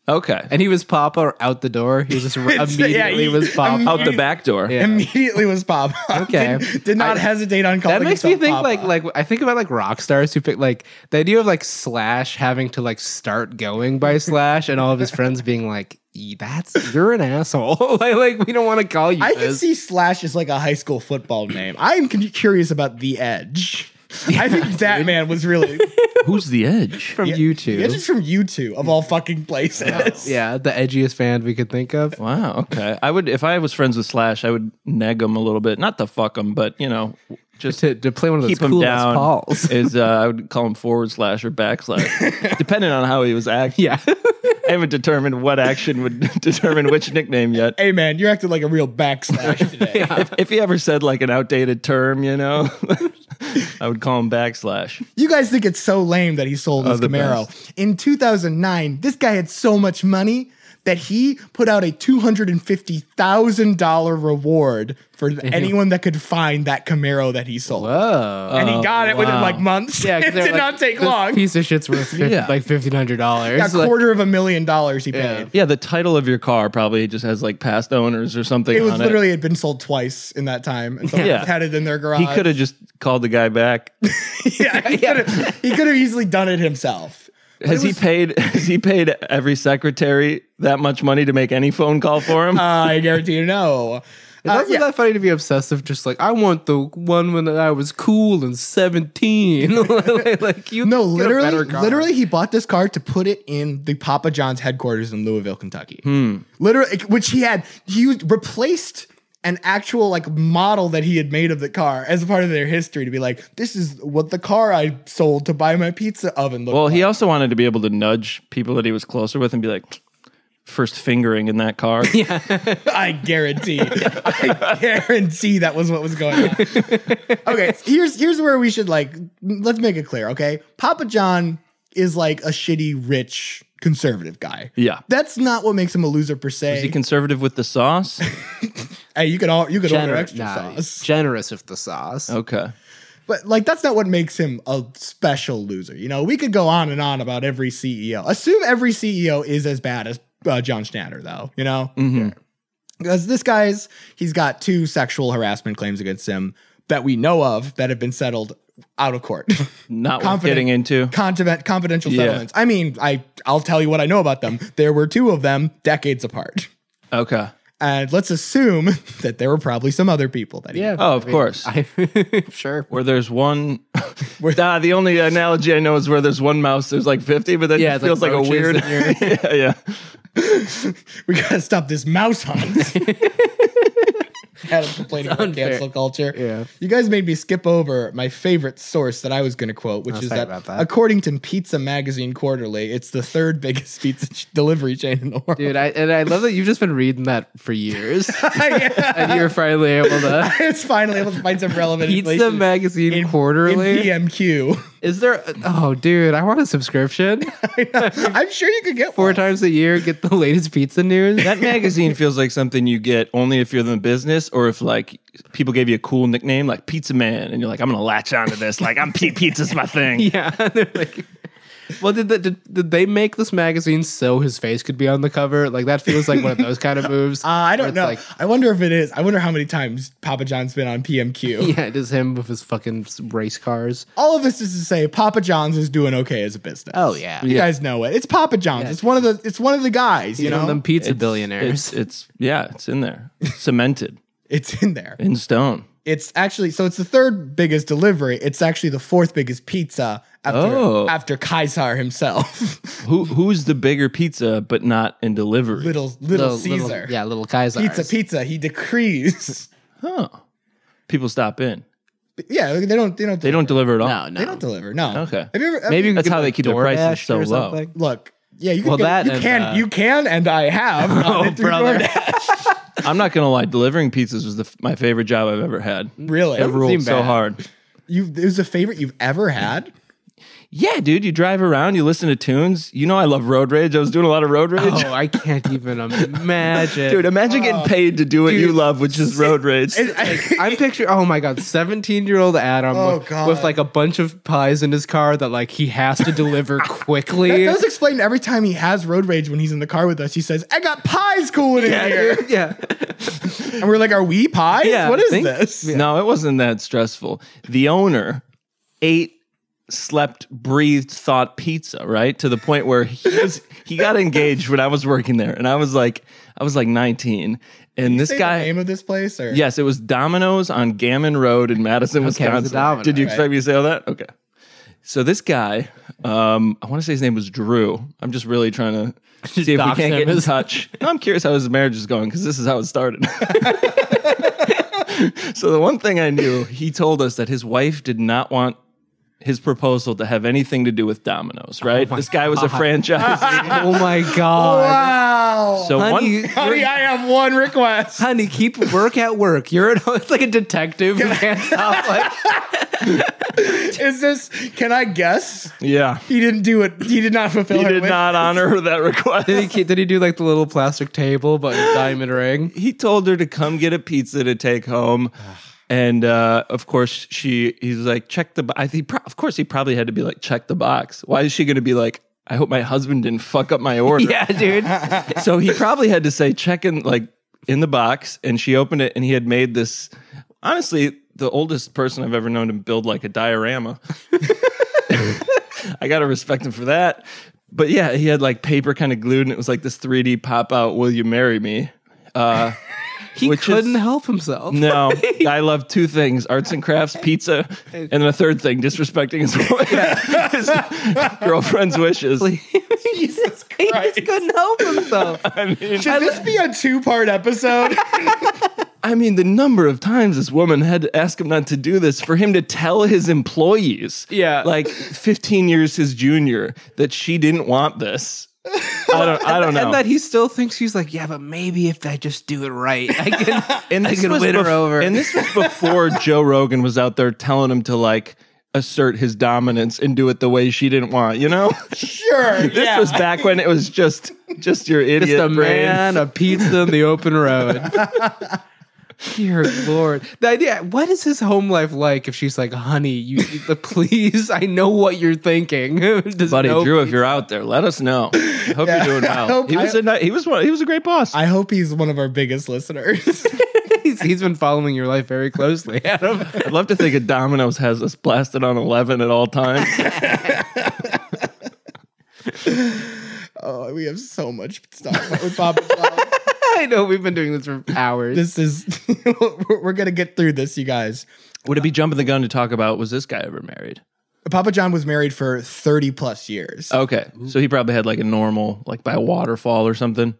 Speaker 7: Okay.
Speaker 6: And he was Papa out the door. He just immediately
Speaker 5: he-
Speaker 6: was Papa.
Speaker 7: Out the back door.
Speaker 6: Yeah.
Speaker 5: Immediately was Papa.
Speaker 6: Okay.
Speaker 5: did, did not
Speaker 6: I-
Speaker 5: hesitate on calling.
Speaker 6: that makes me
Speaker 5: himself
Speaker 6: think
Speaker 5: Papa.
Speaker 6: like like I think about like rock stars who pick like the idea of like Slash having to like start going by Slash and all of his friends being like "E- that's you're an asshole like like we don't want to call you
Speaker 5: I can
Speaker 6: this.
Speaker 5: see Slash as like a high school football name. I'm con- curious about the Edge. I think that man was really
Speaker 7: Who's the edge?
Speaker 6: from
Speaker 5: The Edge is
Speaker 6: YouTube.
Speaker 5: from U2 of all fucking places.
Speaker 6: Yeah, the edgiest band we could think of.
Speaker 7: Wow. Okay. I would, if I was friends with Slash, I would neg him a little bit. Not to fuck him, but, you know, just
Speaker 6: To, to play one of those
Speaker 7: keep him
Speaker 6: cool
Speaker 7: down.
Speaker 6: Pauls.
Speaker 7: Is uh, I would call him forward slash or backslash, depending on how he was acting.
Speaker 6: yeah.
Speaker 7: I haven't determined what action would determine which nickname yet.
Speaker 5: Hey man, you're acting like a real backslash today.
Speaker 7: If, if he ever said like an outdated term, you know, I would call him backslash.
Speaker 5: You guys think it's so lame that he sold his
Speaker 7: the
Speaker 5: Camaro. In 2009, this guy had so much money that he put out a $250,000 reward for anyone that could find that Camaro that he sold.
Speaker 6: Oh.
Speaker 5: And he got it within like months.
Speaker 6: Yeah, 'cause
Speaker 5: it
Speaker 6: they're
Speaker 5: did
Speaker 6: like,
Speaker 5: not take
Speaker 6: "This
Speaker 5: long.
Speaker 6: Piece of shit's worth 50,
Speaker 7: Yeah.
Speaker 6: like fifteen hundred dollars.
Speaker 5: a quarter of a million dollars he paid.
Speaker 7: Yeah, the title of your car probably just has like past owners or something.
Speaker 5: It was
Speaker 7: on
Speaker 5: literally had been sold twice in that time, and someone
Speaker 7: Yeah.
Speaker 5: just had it in their garage.
Speaker 7: He could have just called the guy back.
Speaker 5: yeah, he could have, he could have easily done it himself.
Speaker 7: Has he paid? Has he paid every secretary that much money to make any phone call for him?
Speaker 5: I guarantee you, no. Uh,
Speaker 6: Isn't
Speaker 5: yeah.
Speaker 6: that funny to be obsessive? Just like I want the one when I was cool and seventeen. like, like, you,
Speaker 5: No,
Speaker 6: get a
Speaker 5: literally,
Speaker 6: better car.
Speaker 5: literally, he bought this car to put it in the Papa John's headquarters in Louisville, Kentucky. Literally, which he had, he used- replaced an actual like model that he had made of the car as a part of their history to be like, this is what the car I sold to buy my pizza oven looked
Speaker 7: Well,
Speaker 5: like.
Speaker 7: he also wanted to be able to nudge people that he was closer with and be like, first fingering in that car.
Speaker 5: I guarantee. I guarantee that was what was going on. Okay, here's here's where we should like let's make it clear, okay? Papa John is like a shitty rich conservative guy.
Speaker 7: Yeah.
Speaker 5: That's not what makes him a loser per se.
Speaker 7: Is he conservative with the sauce?
Speaker 5: hey, you can all you can order
Speaker 6: Gener-
Speaker 5: extra
Speaker 6: nah,
Speaker 5: sauce.
Speaker 6: generous with the sauce.
Speaker 7: Okay.
Speaker 5: But like that's not what makes him a special loser. You know, we could go on and on about every CEO. Assume every CEO is as bad as uh, John Schnatter, though. You know, because this guy's he's got two sexual harassment claims against him that we know of that have been settled out of court.
Speaker 7: Not worth
Speaker 5: Confident.
Speaker 7: getting into.
Speaker 5: Confident, confidential
Speaker 7: Yeah.
Speaker 5: settlements. I mean, I I'll tell you what I know about them. There were two of them decades apart.
Speaker 7: Okay.
Speaker 5: And let's assume that there were probably some other people that he
Speaker 6: Yeah.
Speaker 7: Oh, of course.
Speaker 6: I, sure.
Speaker 7: Where there's one, nah, the only analogy I know is where there's one mouse, there's like 50, but that
Speaker 6: Yeah,
Speaker 7: just
Speaker 6: it's
Speaker 7: feels like,
Speaker 6: like
Speaker 7: a weird.
Speaker 6: roaches
Speaker 7: yeah, yeah.
Speaker 5: we gotta stop this mouse hunt. Adam complaining about
Speaker 6: unfair.
Speaker 5: cancel culture.
Speaker 6: Yeah.
Speaker 5: You guys made me skip over my favorite source that I was gonna quote, which is
Speaker 6: sorry
Speaker 5: that,
Speaker 6: about that.
Speaker 5: according to Pizza Magazine Quarterly, it's the third biggest pizza ch- delivery chain in the world.
Speaker 6: Dude, I, and I love that you've just been reading that for years,
Speaker 5: Yeah.
Speaker 6: and you're finally able to.
Speaker 5: it's finally able to find some relevant
Speaker 6: Pizza
Speaker 5: inflation
Speaker 6: Magazine
Speaker 5: in-
Speaker 6: Quarterly.
Speaker 5: in PMQ.
Speaker 6: Is there? Oh, dude, I want a subscription.
Speaker 5: I'm sure you could get
Speaker 6: Four
Speaker 5: one.
Speaker 6: times a year, get the latest pizza news.
Speaker 7: That magazine feels like something you get only if you're in the business or if like people gave you a cool nickname like Pizza Man and you're like, I'm going to latch onto this. Like, I'm P- pizza's my thing.
Speaker 6: Yeah, they're like, well, did, the, did did they make this magazine so his face could be on the cover? Like that feels like one of those kind of moves.
Speaker 5: Uh, I
Speaker 6: where
Speaker 5: don't
Speaker 6: it's
Speaker 5: know.
Speaker 6: Like,
Speaker 5: I wonder if it is. I wonder how many times Papa John's been on PMQ.
Speaker 6: yeah, it is him with his fucking race cars.
Speaker 5: all of this is to say Papa John's is doing okay as a business.
Speaker 6: Oh, yeah.
Speaker 5: You
Speaker 6: Yeah.
Speaker 5: guys know it. It's Papa John's. It's one of the it's one of the guys, you
Speaker 6: You know,
Speaker 5: know.
Speaker 6: them pizza
Speaker 7: It's-
Speaker 6: billionaires.
Speaker 7: It's, it's yeah, it's in there, cemented
Speaker 5: it's in there.
Speaker 7: in stone.
Speaker 5: It's actually so it's the third biggest delivery. It's actually the fourth biggest pizza after
Speaker 7: Oh.
Speaker 5: after Kaisar himself.
Speaker 7: Who who's the bigger pizza, but not in delivery?
Speaker 5: little little Caesar.
Speaker 6: yeah, little Kaiser.
Speaker 5: Pizza pizza he decrees.
Speaker 7: Huh. People stop in.
Speaker 5: But yeah, they don't. They don't.
Speaker 7: They don't deliver at all.
Speaker 8: No, no.
Speaker 5: They don't deliver. No.
Speaker 7: Okay.
Speaker 5: Have you ever? have
Speaker 7: Maybe
Speaker 5: you-
Speaker 7: that's how they keep their prices
Speaker 8: DoorDash
Speaker 7: so
Speaker 8: or
Speaker 7: low.
Speaker 8: something?
Speaker 5: look. Yeah, you can.
Speaker 8: Well,
Speaker 5: go-
Speaker 8: that
Speaker 5: you
Speaker 8: and,
Speaker 5: can.
Speaker 8: uh,
Speaker 5: you can, and I have.
Speaker 7: Oh,
Speaker 5: Through
Speaker 7: brother.
Speaker 5: DoorDash.
Speaker 7: I'm not gonna lie, delivering pizzas was the, f- my favorite job I've ever had.
Speaker 5: Really?
Speaker 7: it ruled
Speaker 6: seem
Speaker 7: so
Speaker 6: bad.
Speaker 7: hard.
Speaker 5: You. It was a favorite you've ever had.
Speaker 7: Yeah, dude, you drive around, you listen to tunes. You know, I love road rage. I was doing a lot of road rage.
Speaker 6: Oh, I can't even imagine.
Speaker 7: Dude, imagine
Speaker 5: Oh,
Speaker 7: getting paid to do what you love, which is road rage.
Speaker 6: I'm picturing, oh my God, 17 year old Adam
Speaker 5: Oh,
Speaker 6: with,
Speaker 5: God.
Speaker 6: with like a bunch of pies in his car that like he has to deliver quickly.
Speaker 5: That was explained every time he has road rage when he's in the car with us. He says, "I got pies cooling in here,"
Speaker 6: yeah.
Speaker 5: and we're like, "Are we pies?
Speaker 7: Yeah,
Speaker 5: what is
Speaker 7: think-
Speaker 5: this?"
Speaker 7: No, it wasn't that stressful. The owner ate, slept, breathed, thought pizza, right? To the point where he was he got engaged when I was working there. And I was like I was like 19. And this
Speaker 5: Say the
Speaker 7: guy
Speaker 5: name of this place, or
Speaker 7: Yes, it was Domino's on Gammon Road in Madison, Wisconsin.
Speaker 6: Domino's,
Speaker 7: Did you expect
Speaker 5: right.
Speaker 7: me to say all that? Okay. So this guy, um, I want to say his name was Drew. I'm just really trying to see if we
Speaker 8: dox
Speaker 7: can't
Speaker 8: him
Speaker 7: get in
Speaker 8: as-
Speaker 7: touch. No, I'm curious how his marriage is going because this is how it started. so the one thing I knew, he told us that his wife did not want his proposal to have anything to do with Domino's. Right? this guy was a franchisee.
Speaker 6: Oh my God.
Speaker 5: Wow.
Speaker 7: so
Speaker 6: Honey,
Speaker 7: one,
Speaker 5: Honey, I have one request.
Speaker 6: honey, keep work at work. You're at, it's like a detective who can't stop. Like,
Speaker 5: Is this? Can I guess?
Speaker 7: yeah,
Speaker 5: He didn't do it. He did not fulfill.
Speaker 7: he
Speaker 5: her
Speaker 7: did
Speaker 5: wish.
Speaker 7: not honor that request.
Speaker 6: did, he, keep- did he do like the little plastic table but a diamond ring?
Speaker 7: he told her to come get a pizza to take home. And uh, of course, she he's like, check the. bo-" I think, pro- of course, he probably had to be like, check the box. Why is she going to be like, I hope my husband didn't fuck up my order?
Speaker 6: Yeah, dude.
Speaker 7: So he probably had to say, check in like in the box. And she opened it, and he had made this. Honestly, the oldest person I've ever known to build like a diorama. I gotta respect him for that. But yeah, he had like paper kind of glued, and it was like this 3D pop out. Will you marry me? Uh,
Speaker 6: He
Speaker 7: Which is-
Speaker 6: couldn't help himself.
Speaker 7: No, I love two things: arts and crafts, pizza, and then a third thing: disrespecting his, his girlfriend's wishes.
Speaker 6: Jesus Christ. He just couldn't help himself.
Speaker 5: Should this be a two-part episode?
Speaker 7: I mean, the number of times this woman had to ask him not to do this for him to tell his employees,
Speaker 6: Yeah.
Speaker 7: like 15 years his junior, that she didn't want this. I don't, I don't know.
Speaker 6: And that he still thinks he's like, yeah, but maybe if I just do it right, I can.
Speaker 7: and
Speaker 6: I could
Speaker 7: was
Speaker 6: win her
Speaker 7: bef-
Speaker 6: over.
Speaker 7: And this was before Joe Rogan was out there telling him to like assert his dominance and do it the way she didn't want, you know?
Speaker 5: sure.
Speaker 7: This was back when it was just just your idiot
Speaker 6: just a
Speaker 7: brain.
Speaker 6: man, a pizza in the open road. Dear Lord, the idea. What is his home life like? If she's like, "Honey, you you- please, I know what you're thinking." Does
Speaker 7: Buddy
Speaker 6: no-
Speaker 7: Drew, if you're out there, let us know. I hope
Speaker 5: Yeah.
Speaker 7: you're doing
Speaker 5: I
Speaker 7: well.
Speaker 5: hope-
Speaker 7: He was
Speaker 5: I-
Speaker 7: a ni- he was one, he was a great boss.
Speaker 5: I hope he's one of our biggest listeners.
Speaker 6: he's- he's been following your life very closely, Adam.
Speaker 7: I'd love to think of Domino's has us blasted on eleven at all times.
Speaker 5: oh, we have so much stuff with Papa John.
Speaker 6: I know we've been doing this for hours.
Speaker 5: This is we're we're gonna get through this, you guys.
Speaker 7: Would it be jumping the gun to talk about was this guy ever married?
Speaker 5: Papa John was married for 30 plus years.
Speaker 7: Okay, so he probably had like a normal, like by a waterfall or something.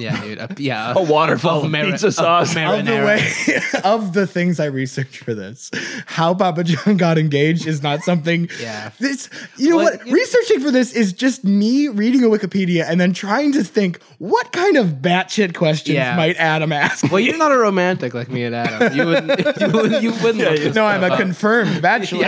Speaker 6: yeah, dude. a- yeah,
Speaker 7: A waterfall of
Speaker 6: mari-
Speaker 7: pizza
Speaker 6: of
Speaker 7: sauce.
Speaker 5: of the way of the things I researched for this, how Papa John got engaged is not something.
Speaker 6: Yeah.
Speaker 5: This, you know
Speaker 6: Well,
Speaker 5: what?
Speaker 6: you-
Speaker 5: Researching for this is just me reading a Wikipedia and then trying to think what kind of batshit questions
Speaker 6: Yeah.
Speaker 5: might Adam ask.
Speaker 6: Well, you're not a romantic like me and Adam. You wouldn't. You wouldn't. You wouldn't look this
Speaker 5: no, I'm
Speaker 6: stuff
Speaker 5: a
Speaker 6: up.
Speaker 5: confirmed bachelor.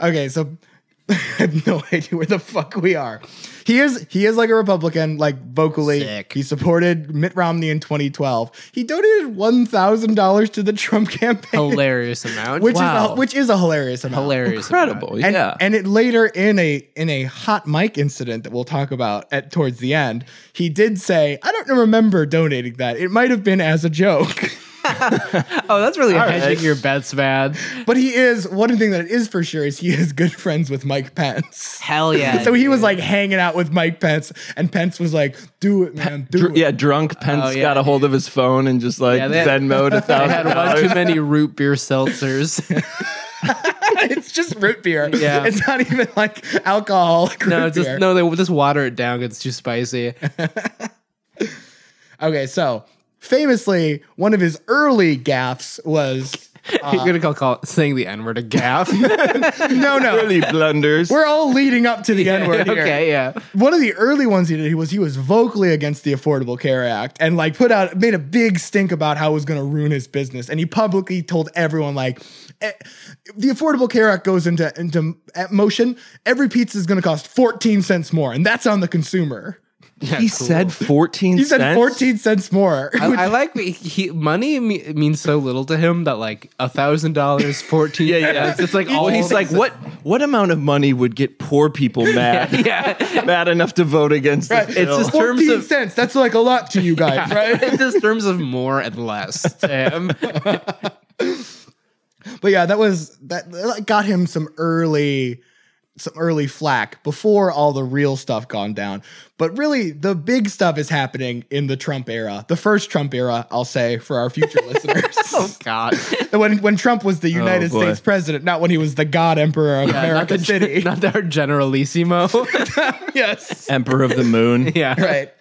Speaker 5: okay, so I have no idea where the fuck we are. He is he is like a Republican, like vocally.
Speaker 8: Sick.
Speaker 5: He supported Mitt Romney in 2012. He donated one thousand dollars to the Trump campaign,
Speaker 6: hilarious amount.
Speaker 5: which is
Speaker 6: wow.
Speaker 5: a, which is a hilarious amount.
Speaker 6: hilarious,
Speaker 7: Incredible,
Speaker 5: And,
Speaker 7: yeah.
Speaker 5: and it later in a in a hot mic incident that we'll talk about at towards the end, he did say, "I don't remember donating that. It might have been as a joke."
Speaker 6: Oh, that's really hedging
Speaker 7: right.
Speaker 6: your bets, man.
Speaker 5: But he is one thing that it is for sure is he is good friends with Mike Pence.
Speaker 8: Hell yeah.
Speaker 5: So he was like hanging out with Mike Pence, and Pence was like, "Do it, man, do
Speaker 7: Dr-
Speaker 5: it."
Speaker 7: yeah, drunk Pence
Speaker 6: Oh, yeah.
Speaker 7: got a hold of his phone and just like
Speaker 6: Yeah, they-
Speaker 7: Venmoed a
Speaker 6: I had
Speaker 7: thousand
Speaker 6: one too
Speaker 7: dollars.
Speaker 6: many root beer seltzers.
Speaker 5: it's just root beer.
Speaker 6: Yeah.
Speaker 5: it's not even like alcoholic root
Speaker 6: no, it's
Speaker 5: beer.
Speaker 6: just Uh-huh. no, they just water it down. 'cause It's too spicy.
Speaker 5: Okay, so famously, one of his early gaffes was
Speaker 6: You're gonna call, call saying the N word a gaff.
Speaker 5: no, no.
Speaker 7: Really blunders.
Speaker 5: We're all leading up to the N word here.
Speaker 6: okay, yeah.
Speaker 5: One of the early ones he did he was he was vocally against the Affordable Care Act and like put out made a big stink about how it was going to ruin his business and he publicly told everyone like eh, the Affordable Care Act goes into into eh, motion every pizza is going to cost 14 cents more and that's on the consumer.
Speaker 7: he said 14
Speaker 5: He said
Speaker 7: cents?
Speaker 5: 14 cents more.
Speaker 6: I, I like he, money me, means so little to him that like a thousand dollars, fourteen.
Speaker 7: Yeah, yeah.
Speaker 6: It's like all
Speaker 7: Well, he's like, what what amount of money would get poor people mad?
Speaker 6: Yeah.
Speaker 7: mad enough to vote against
Speaker 5: Right.
Speaker 7: this bill?
Speaker 6: It's just- terms
Speaker 5: 14
Speaker 6: of-
Speaker 5: cents. That's like a lot to you guys, right?
Speaker 6: It's just terms of more and less to him. Oh
Speaker 5: But yeah, that was that, that got him some early some early flack before all the real stuff gone down. But really the big stuff is happening in the Trump era. The first Trump era, I'll say for our future listeners.
Speaker 6: God.
Speaker 5: When when Trump was the United
Speaker 7: boy.
Speaker 5: States president, not when he was the god emperor of America City.
Speaker 6: Not our generalissimo.
Speaker 5: yes.
Speaker 7: Emperor of the Moon.
Speaker 6: yeah.
Speaker 5: right.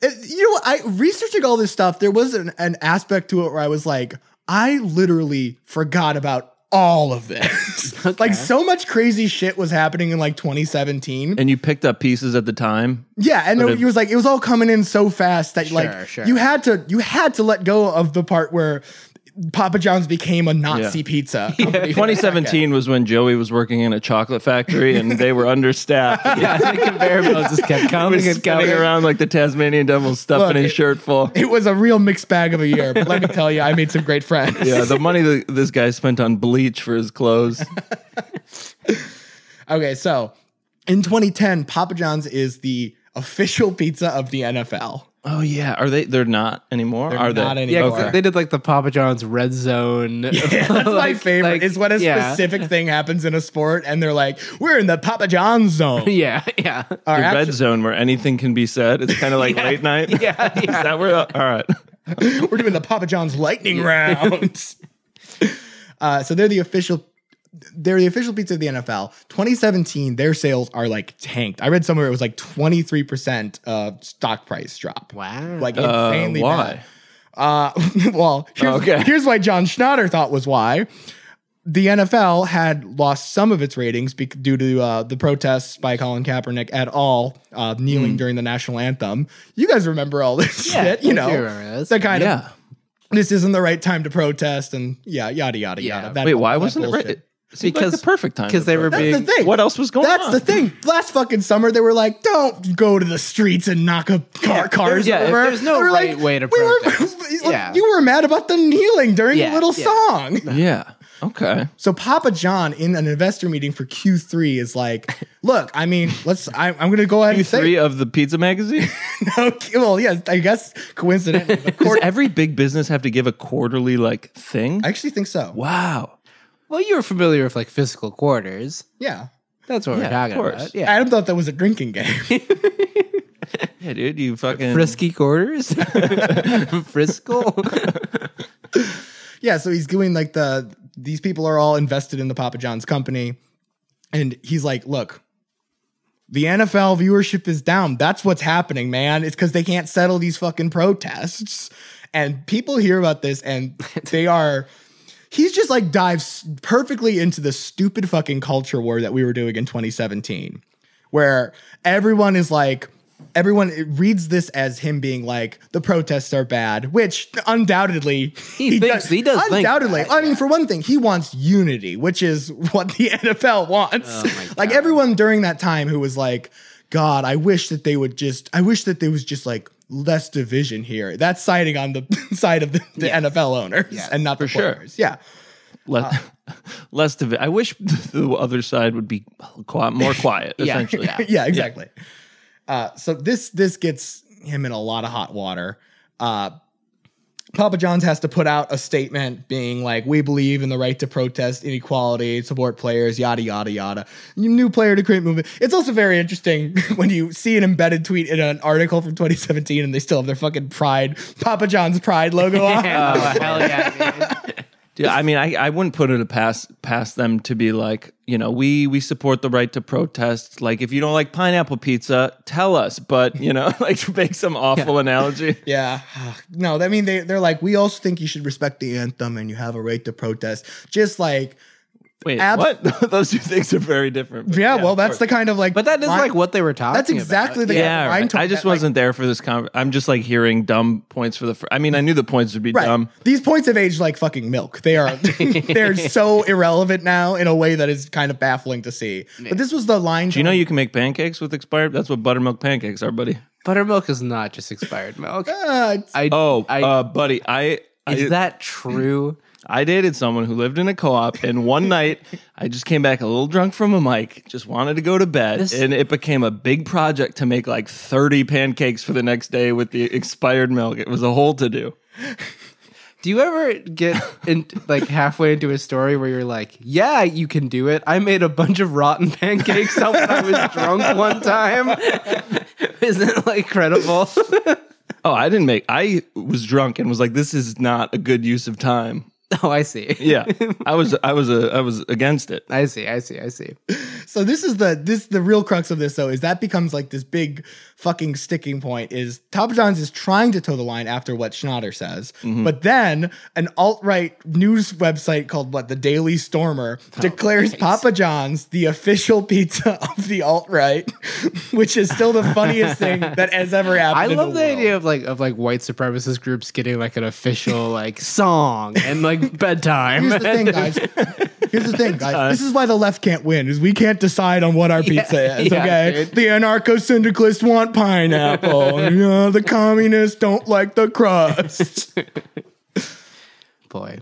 Speaker 5: It- you know, what? I researching all this stuff. There was an, an aspect to it where I was like, I literally forgot about all of this. like, so much crazy shit was happening in like 2017.
Speaker 7: And you picked up pieces at the time.
Speaker 5: yeah, and it,
Speaker 7: it-
Speaker 5: was like it was all coming in so fast that like
Speaker 6: sure.
Speaker 5: you had to you had to let go of the part where Papa John's became a Nazi
Speaker 7: Yeah.
Speaker 5: pizza. company.
Speaker 7: 2017 was when Joey was working in a chocolate factory and they were understaffed.
Speaker 6: Yeah, the conveyor belt just kept
Speaker 7: He
Speaker 6: coming
Speaker 7: was
Speaker 6: and
Speaker 7: spinning
Speaker 6: coming.
Speaker 7: around like the Tasmanian devil stuffing
Speaker 5: Look,
Speaker 7: his
Speaker 5: it-
Speaker 7: shirt full.
Speaker 5: It was a real mixed bag of a year, but let me tell you, I made some great friends.
Speaker 7: Yeah, the money that this guy spent on bleach for his clothes.
Speaker 5: Okay, so in 2010, Papa John's is the official pizza of the NFL.
Speaker 7: Oh yeah, are they? They're not anymore. They're are
Speaker 5: not
Speaker 7: they?
Speaker 5: anymore.
Speaker 6: Yeah, 'cause
Speaker 5: Okay.
Speaker 6: they did like the Papa John's red zone.
Speaker 5: That's my
Speaker 6: like-
Speaker 5: favorite
Speaker 6: like,
Speaker 5: is when a
Speaker 6: yeah.
Speaker 5: specific thing happens in a sport and they're like, we're in the Papa John's zone.
Speaker 6: Yeah, yeah.
Speaker 5: Or
Speaker 7: The red
Speaker 5: actually,
Speaker 7: zone where anything can be said. It's kind of like late night.
Speaker 6: Yeah,
Speaker 7: Is
Speaker 6: yeah.
Speaker 7: that where? All right.
Speaker 5: we're doing the Papa John's lightning round. uh, so they're the official they're the official pizza of the NFL. 2017, their sales are like tanked. I read somewhere it was like 23% of stock price drop.
Speaker 6: Wow.
Speaker 5: Like
Speaker 7: Uh,
Speaker 5: insanely bad.
Speaker 7: why?
Speaker 5: Uh, well, here's,
Speaker 7: Okay.
Speaker 5: here's why John Schnatter thought was why. The NFL had lost some of its ratings bec due to uh, the protests by Colin Kaepernick at all, uh,
Speaker 7: Hmm.
Speaker 5: kneeling during the national anthem. You guys remember all this shit, you
Speaker 6: I do
Speaker 5: know?
Speaker 6: remember this.
Speaker 5: The kind
Speaker 7: Yeah.
Speaker 5: of this isn't the right time to protest, and yeah, yada yada
Speaker 6: Yeah.
Speaker 5: yada. That-
Speaker 7: Wait, why
Speaker 5: that
Speaker 7: wasn't it
Speaker 5: bullshit.
Speaker 7: right? Because
Speaker 6: Because-
Speaker 7: the perfect time.
Speaker 6: because
Speaker 7: to
Speaker 6: they were
Speaker 7: vote.
Speaker 5: That's
Speaker 6: being
Speaker 5: the thing.
Speaker 7: What else was going
Speaker 5: That's
Speaker 7: on?
Speaker 5: the thing. Last fucking summer, they were like, "Don't go to the streets and knock up car cars
Speaker 6: yeah,
Speaker 5: over."
Speaker 6: there's no
Speaker 5: They were
Speaker 6: right way to
Speaker 5: were-
Speaker 6: protest. Yeah.
Speaker 5: You were mad about the kneeling during a
Speaker 6: Yeah,
Speaker 5: little
Speaker 6: yeah.
Speaker 5: song.
Speaker 7: Yeah. Okay.
Speaker 5: So Papa John in an investor meeting for Q3 is like, look, I mean, let's. I, I'm going to go ahead and
Speaker 7: Three
Speaker 5: say,
Speaker 7: of the pizza magazine.
Speaker 5: no, well, yes, I guess coincidentally, but
Speaker 7: Does
Speaker 5: court-
Speaker 7: every big business have to give a quarterly like thing?
Speaker 5: I actually think so.
Speaker 7: wow.
Speaker 6: Well, you were familiar with like fiscal quarters.
Speaker 5: Yeah,
Speaker 6: That's what
Speaker 7: Yeah,
Speaker 6: we're
Speaker 7: of
Speaker 6: talking
Speaker 7: course.
Speaker 6: about. Yeah.
Speaker 5: Adam thought that was a drinking game.
Speaker 7: Yeah, dude. You fucking.
Speaker 6: Frisky quarters? Friscal?
Speaker 5: Oh, yeah, so he's doing like the these people are all invested in the Papa John's company, and he's like, look. The NFL viewership is down. That's what's happening, man. It's because they can't settle these fucking protests. And people hear about this and they are he's just like dives perfectly into the stupid fucking culture war that we were doing in 2017 where everyone is like everyone reads this as him being like the protests are bad which undoubtedly
Speaker 6: He thinks- he does think
Speaker 5: undoubtedly i mean for one thing he wants unity which is what the nfl wants
Speaker 6: Oh
Speaker 5: like everyone during that time who was like god i wish that they would just i wish that there was just like less division here that's siding on the side of the, the nfl owners and not the
Speaker 7: for sure.
Speaker 5: players yeah
Speaker 7: Less, less divi- I wish the other side would be quiet, more quiet.
Speaker 6: Yeah.
Speaker 7: Essentially,
Speaker 5: yeah, exactly. Uh, so this this gets him in a lot of hot water. Uh, Papa John's has to put out a statement being like, "We believe in the right to protest, inequality, support players, yada yada yada." New player to create movement. It's also very interesting when you see an embedded tweet in an article from
Speaker 6: Uh,
Speaker 5: 2017, and they still have their fucking pride Papa John's pride logo on.
Speaker 6: hell yeah.
Speaker 7: Dude, I mean, I, I wouldn't put it past past them to be like, you know, we we support the right to protest. Like, if you don't like pineapple pizza, tell us. But you know, like to make some awful analogy.
Speaker 5: Yeah. No, I mean they they're like, we also think you should respect the anthem and you have a right to protest. Just like
Speaker 7: Wait,
Speaker 5: Ab-
Speaker 7: what? Those two things are very different. But
Speaker 5: yeah, well
Speaker 7: of
Speaker 5: that's the
Speaker 7: course.
Speaker 5: kind of like
Speaker 6: But that is
Speaker 5: line-
Speaker 6: like what they were talking
Speaker 5: that's exactly the line
Speaker 7: yeah. right.
Speaker 5: tone
Speaker 7: I just
Speaker 5: that, like,
Speaker 7: wasn't there for this. Con- I'm just like hearing dumb points for the. Fr- I mean, I knew the points would be
Speaker 5: Right.
Speaker 7: dumb.
Speaker 5: These points have aged like fucking milk. They are they're so irrelevant now in a way that is kind of baffling to see. But this was the line.
Speaker 7: Do you know you can make pancakes with expired? That's what buttermilk pancakes are, buddy.
Speaker 6: about. Buttermilk is not just expired milk.
Speaker 5: Uh, it's-
Speaker 6: I,
Speaker 7: Oh,
Speaker 6: I,
Speaker 7: uh, buddy, I I,
Speaker 6: is that true?
Speaker 7: I dated someone who lived in a co-op, and one night I just came back a little drunk from a mic, just wanted to go to bed,
Speaker 6: This-
Speaker 7: and it became a big project to make like thirty pancakes for the next day with the expired milk. It was a whole to do.
Speaker 6: Do you ever get in like halfway into a story where you're like, "Yeah, you can do it. I made a bunch of rotten pancakes up when I was drunk one time." Isn't it like credible?
Speaker 7: Oh, I didn't make. I was drunk and was like, "This is not a good use of time."
Speaker 6: oh, I see.
Speaker 7: Yeah, I was. I was. A, I was against it.
Speaker 6: I see. I see. I see.
Speaker 5: so this is the this the real crux of this though is that becomes like this big fucking sticking point is Papa John's is trying to toe the line after what Schnatter says,
Speaker 6: Mm-hmm.
Speaker 5: but then an alt right news website called what the Daily Stormer
Speaker 6: Oh,
Speaker 5: declares Papa John's the official pizza of the alt right, which is still the funniest thing that has ever happened.
Speaker 6: I
Speaker 5: in
Speaker 6: love the,
Speaker 5: world.
Speaker 6: idea of like of like white supremacist groups getting like an official like song and like bedtime.
Speaker 5: Here's the thing, guys. Here's the thing, guys. This is why the left can't win, is we can't decide on what our pizza is,
Speaker 6: yeah,
Speaker 5: okay?
Speaker 6: dude.
Speaker 5: The anarcho syndicalists want pineapple. you know, the communists don't like the crust.
Speaker 6: Boy,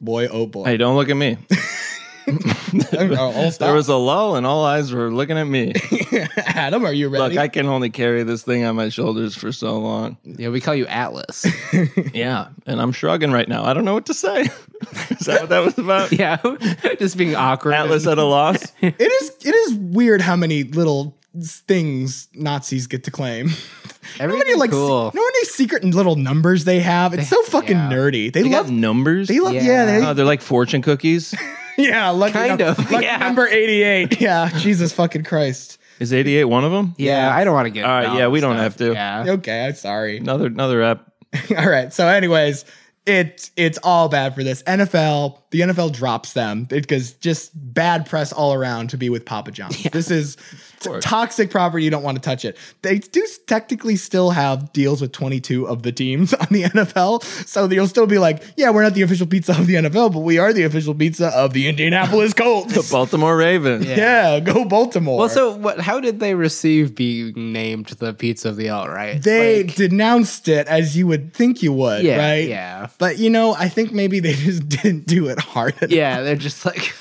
Speaker 5: boy, oh boy.
Speaker 7: Hey, don't look at me.
Speaker 5: Oh, I'll stop.
Speaker 7: There was a lull, and all eyes were looking at me.
Speaker 5: Adam, are you ready?
Speaker 7: Look, I can only carry this thing on my shoulders for so long.
Speaker 6: yeah, we call you Atlas.
Speaker 7: Yeah, and I'm shrugging right now. I don't know what to say. Is that what that was about?
Speaker 6: yeah, just being awkward.
Speaker 7: Atlas at a loss.
Speaker 5: it is it is weird how many little things Nazis get to claim. How many
Speaker 6: Everything
Speaker 5: like se-
Speaker 6: cool.
Speaker 5: you know how many secret little numbers they have? It's so fucking
Speaker 6: yeah.
Speaker 5: nerdy. They,
Speaker 7: They got
Speaker 5: love
Speaker 7: numbers.
Speaker 5: they love yeah,
Speaker 6: Yeah.
Speaker 5: they,
Speaker 7: Oh, they're like fortune cookies.
Speaker 5: yeah lucky
Speaker 6: Kind
Speaker 5: num-
Speaker 6: of,
Speaker 5: lucky
Speaker 6: yeah.
Speaker 5: number 88. Yeah, Jesus fucking Christ.
Speaker 7: Is 88 one of them?
Speaker 6: yeah, I don't want to get.
Speaker 7: All right,
Speaker 6: involved
Speaker 7: yeah,
Speaker 6: in
Speaker 7: we don't
Speaker 6: stuff.
Speaker 7: have to.
Speaker 6: Yeah.
Speaker 5: Okay, I'm sorry.
Speaker 7: Another another app.
Speaker 5: all right. So, anyways, it it's all bad for this NFL. The NFL drops them because just bad press all around to be with Papa John's. This is t- toxic property. You don't want to touch it. They do s- technically still have deals with 22 of the teams on the NFL, so you'll still be like, yeah, we're not the official pizza of the NFL, but we are the official pizza of the Indianapolis
Speaker 7: The
Speaker 5: Colts.
Speaker 7: Baltimore Ravens.
Speaker 5: yeah, go Baltimore.
Speaker 6: Well, so what? How did they receive being named the pizza of the alt right?
Speaker 5: they denounced it as you would think you would,
Speaker 6: yeah,
Speaker 5: right?
Speaker 6: yeah,
Speaker 5: But you know, I think maybe they just didn't do it hard enough.
Speaker 6: yeah. They're just like,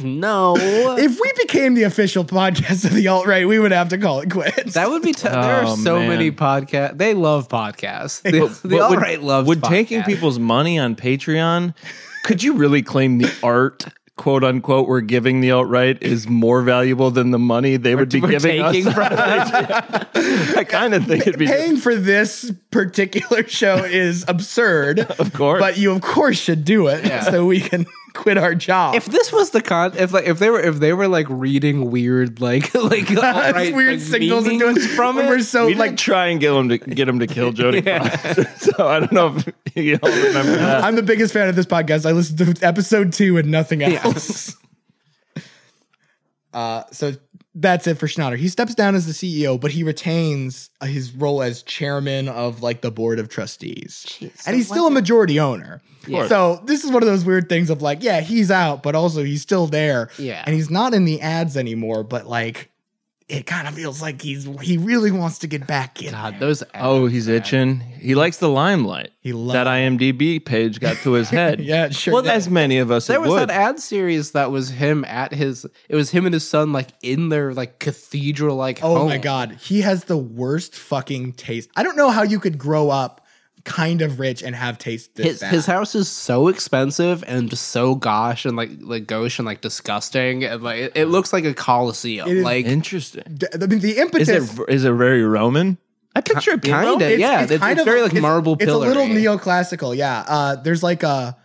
Speaker 6: no.
Speaker 5: If we became the official podcast of the alt right, we would have to call it quits.
Speaker 6: that would be. T- there
Speaker 7: Oh,
Speaker 6: are so
Speaker 7: man.
Speaker 6: many podcasts. They love podcasts. The, the
Speaker 7: But
Speaker 6: alt
Speaker 7: would-
Speaker 6: right loves.
Speaker 7: Would taking
Speaker 6: podcasts.
Speaker 7: people's money on Patreon, could you really claim the art, quote unquote, we're giving the alt right is more valuable than the money they would be
Speaker 6: we're
Speaker 7: giving
Speaker 6: taking
Speaker 7: us?
Speaker 6: from
Speaker 7: I kind of think it'd be.
Speaker 5: Paying for this particular show is absurd. of
Speaker 7: course.
Speaker 5: But you, of course, should do it so we can quit our job.
Speaker 6: if this was the con if like if they were if they were like reading weird like like
Speaker 5: It's
Speaker 6: alt-right,
Speaker 5: weird
Speaker 6: like,
Speaker 5: signals into it
Speaker 6: meanings from
Speaker 5: when
Speaker 6: it
Speaker 5: We're so
Speaker 7: we
Speaker 5: like,
Speaker 7: like try and get him to get him to kill Jody. Foster. so I don't know if you all remember that.
Speaker 5: I'm the biggest fan of this podcast. I listened to episode two and nothing else. uh, so that's it for Schnatter. He steps down as the CEO, but he retains uh, his role as chairman of like the board of trustees, and he's still a majority owner.
Speaker 6: course.
Speaker 5: So this is one of those weird things of like, yeah, he's out, but also he's still there.
Speaker 6: Yeah.
Speaker 5: and he's not in the ads anymore, but like. It kind of feels like he's he really wants to get back in.
Speaker 6: God, those
Speaker 7: Oh, he's itching. He likes the limelight.
Speaker 5: He loves
Speaker 7: that IMDb page got to his head.
Speaker 5: Yeah, it sure
Speaker 7: Well,
Speaker 5: did.
Speaker 7: as many of us,
Speaker 6: there
Speaker 7: it
Speaker 6: was
Speaker 7: would.
Speaker 6: that ad series that was him at his it was him and his son like in their like cathedral like
Speaker 5: Oh my god, he has the worst fucking taste. I don't know how you could grow up kind of rich and have taste this
Speaker 6: his,
Speaker 5: bad.
Speaker 6: his house is so expensive and just so gosh and like like gauche and like disgusting and like it, it looks like a coliseum
Speaker 5: It is
Speaker 6: like
Speaker 7: Interesting.
Speaker 5: D- I mean, the impetus.
Speaker 7: Is it is it very Roman? I picture it being
Speaker 6: kinda,
Speaker 7: Roman.
Speaker 6: yeah. it's- it's very, like, marble
Speaker 5: It's a little
Speaker 6: pillory.
Speaker 5: neoclassical. Yeah. Uh, there's like a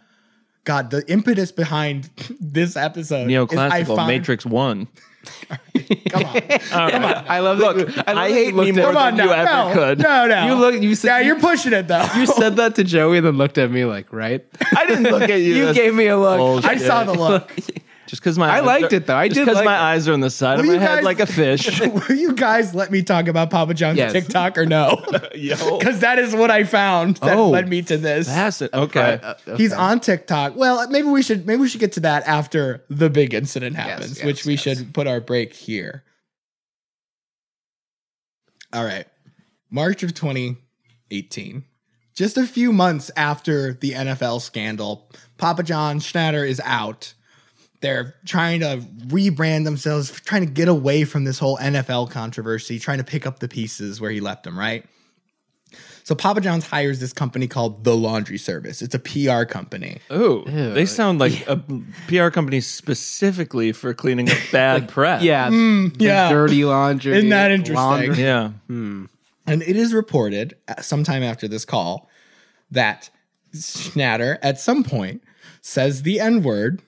Speaker 5: God, the impetus behind this episode. is I
Speaker 7: Neoclassical,
Speaker 5: found-
Speaker 7: Matrix One.
Speaker 5: Come on.
Speaker 7: I love look. I,
Speaker 6: love that
Speaker 7: hate
Speaker 6: you looked
Speaker 7: me
Speaker 6: at-
Speaker 7: more
Speaker 5: Come on
Speaker 7: than
Speaker 5: now.
Speaker 7: you ever
Speaker 5: no,
Speaker 7: could.
Speaker 5: no, no.
Speaker 6: You look- you said-
Speaker 5: Now you're pushing it though.
Speaker 6: You said that to Joey, then looked at me like, right?
Speaker 7: I didn't look at you.
Speaker 6: You
Speaker 7: That's
Speaker 6: gave me a look.
Speaker 7: bullshit.
Speaker 5: I saw the look.
Speaker 7: Just because my
Speaker 6: I
Speaker 7: eyes
Speaker 6: liked
Speaker 7: are-
Speaker 6: it, though. I
Speaker 7: just
Speaker 6: did like
Speaker 7: my
Speaker 6: it.
Speaker 7: eyes are on the side
Speaker 5: Will
Speaker 7: of
Speaker 5: you
Speaker 7: my head
Speaker 5: guys-
Speaker 7: like a fish.
Speaker 5: Will you guys let me talk about Papa John's
Speaker 6: Yes.
Speaker 5: TikTok or no? Because that is what I found that
Speaker 6: Oh.
Speaker 5: led me to this.
Speaker 7: That's it. Okay.
Speaker 5: He's on TikTok. Well, maybe we should maybe we should get to that after the big incident happens,
Speaker 6: yes,
Speaker 5: which we
Speaker 6: yes.
Speaker 5: should put our break here. All right. March of 2018. Just a few months after the NFL scandal, Papa John Schnatter is out. They're trying to rebrand themselves, trying to get away from this whole NFL controversy, trying to pick up the pieces where he left them, right? So Papa John's hires this company called The Laundry Service. It's a PR company.
Speaker 7: Ooh,
Speaker 6: Ew.
Speaker 7: they sound like a PR company specifically for cleaning up bad press.
Speaker 6: Yeah,
Speaker 5: Mm, yeah.
Speaker 6: dirty laundry.
Speaker 5: Isn't that interesting?
Speaker 6: laundry.
Speaker 7: Yeah.
Speaker 5: And it is reported uh, sometime after this call that Schnatter at some point says the N word.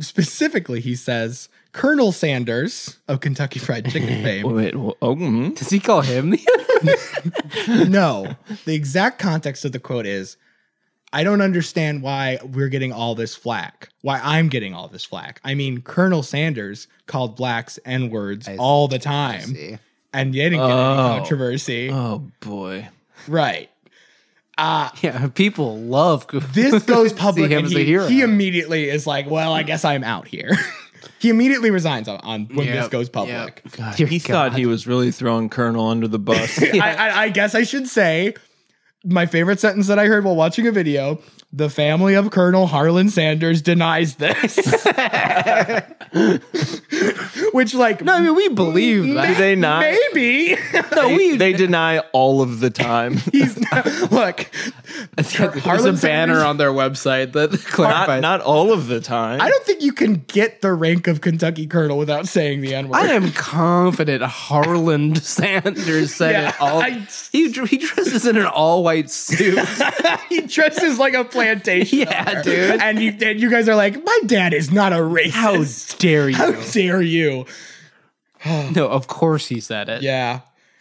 Speaker 5: Specifically, he says Colonel Sanders of Kentucky Fried Chicken fame.
Speaker 7: Wait, wh- oh, mhm.
Speaker 6: Does he call him? the-
Speaker 5: no, the exact context of the quote is I don't understand why we're getting all this flack, why I'm getting all this flack. I mean, Colonel Sanders called blacks N words all the time,
Speaker 6: See.
Speaker 5: and they didn't get
Speaker 7: Oh.
Speaker 5: any controversy.
Speaker 7: oh boy.
Speaker 5: Right. Uh,
Speaker 6: yeah, people love
Speaker 5: this goes public
Speaker 6: him
Speaker 5: and
Speaker 6: as a
Speaker 5: he,
Speaker 6: hero.
Speaker 5: he immediately is like well i guess i'm out here he immediately resigns on, on when this
Speaker 6: Yep,
Speaker 5: goes public
Speaker 6: yep.
Speaker 7: God,
Speaker 6: Dear
Speaker 7: he thought he was really throwing Colonel under the bus.
Speaker 5: I, I, I guess i should say my favorite sentence that i heard while watching a video the family of colonel harlan sanders denies this which like
Speaker 6: No, I mean we believe
Speaker 7: Do
Speaker 6: that.
Speaker 7: they not?
Speaker 5: maybe
Speaker 6: no, we.
Speaker 7: They deny all of the time.
Speaker 5: he's look
Speaker 6: there's a
Speaker 5: Harlan Sanders-
Speaker 6: banner on their website that
Speaker 7: not,
Speaker 6: clarifies.
Speaker 7: not all of the time.
Speaker 5: i don't think you can get the rank of kentucky colonel without saying the n-word
Speaker 6: I am confident Harlan Sanders said
Speaker 5: Yeah,
Speaker 6: it all.
Speaker 5: I-
Speaker 6: he dr- he dresses in an all white suit.
Speaker 5: he dresses like a plantation.
Speaker 6: Yeah,
Speaker 5: owner.
Speaker 6: dude.
Speaker 5: And you and you guys are like, my dad is not a
Speaker 6: How
Speaker 5: racist.
Speaker 6: dare you?
Speaker 5: How, dare you?
Speaker 6: no, of course he said it.
Speaker 5: Yeah.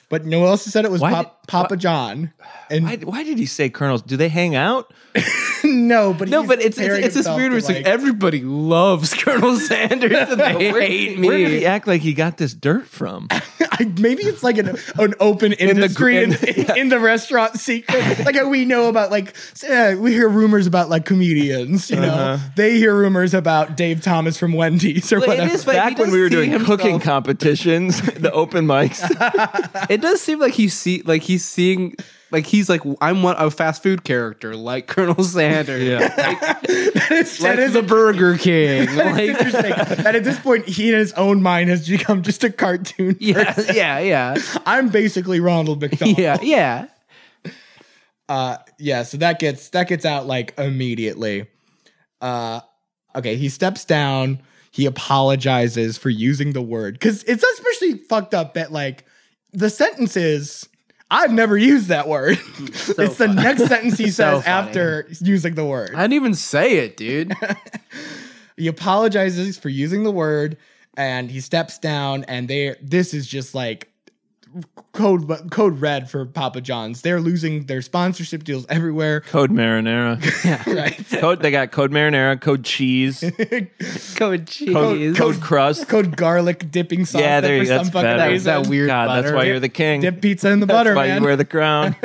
Speaker 5: But no one else said it was
Speaker 7: Why
Speaker 5: Pop,
Speaker 7: did-
Speaker 5: Papa John. And
Speaker 7: Why, why did he say Colonels? Do they hang out?
Speaker 5: no, but
Speaker 6: No,
Speaker 5: he's
Speaker 6: but it's it's,
Speaker 5: comparing
Speaker 6: it's this
Speaker 5: himself
Speaker 6: weird
Speaker 5: to,
Speaker 6: reason.
Speaker 5: like-
Speaker 6: Everybody loves Colonel Sanders and they hate me.
Speaker 7: Where did he act like he got this dirt from?
Speaker 5: I, maybe it's like an an open industry in
Speaker 7: gr-
Speaker 5: the, in, in the restaurant secret. like how we know about like uh, we hear rumors about like comedians. You know, they hear rumors about Dave Thomas from Wendy's or
Speaker 6: Uh-huh. Well, it
Speaker 5: whatever.
Speaker 6: is, but he
Speaker 7: Back when
Speaker 6: does
Speaker 7: we were
Speaker 6: see
Speaker 7: doing
Speaker 6: himself-
Speaker 7: cooking competitions, the open mics.
Speaker 6: It does seem like he's see like he's seeing like he's like I'm one a fast food character like Colonel Sanders.
Speaker 7: Yeah.
Speaker 5: It's-
Speaker 6: Like
Speaker 5: that is
Speaker 6: the Burger King. Like,
Speaker 5: It's interesting that at this point he in his own mind has become just a cartoon.
Speaker 6: yeah, yeah, yeah,
Speaker 5: I'm basically Ronald McDonald.
Speaker 6: yeah, yeah.
Speaker 5: Uh yeah, so that gets that gets out like immediately. Uh okay, he steps down, he apologizes for using the word cuz it's especially fucked up that like the sentence is I've never used that word. it's the next sentence he
Speaker 6: So
Speaker 5: says
Speaker 6: funny.
Speaker 5: after using the word.
Speaker 6: I didn't even say it, dude.
Speaker 5: he apologizes for using the word and he steps down and they this is just like code code red for papa john's they're losing their sponsorship deals everywhere
Speaker 7: Code Marinara.
Speaker 5: right
Speaker 7: Code, they got Code Marinara, Code Cheese,
Speaker 6: Code cheese.
Speaker 5: Code-
Speaker 7: Code Crust.
Speaker 5: code garlic dipping sauce
Speaker 7: Yeah, there
Speaker 5: for
Speaker 7: you that's
Speaker 5: some fucking
Speaker 7: better.
Speaker 5: reason.
Speaker 6: That weird
Speaker 7: God, that's
Speaker 6: butter.
Speaker 7: why you're the king.
Speaker 5: dip pizza in the butter
Speaker 7: that's why
Speaker 5: man
Speaker 7: you wear the crown.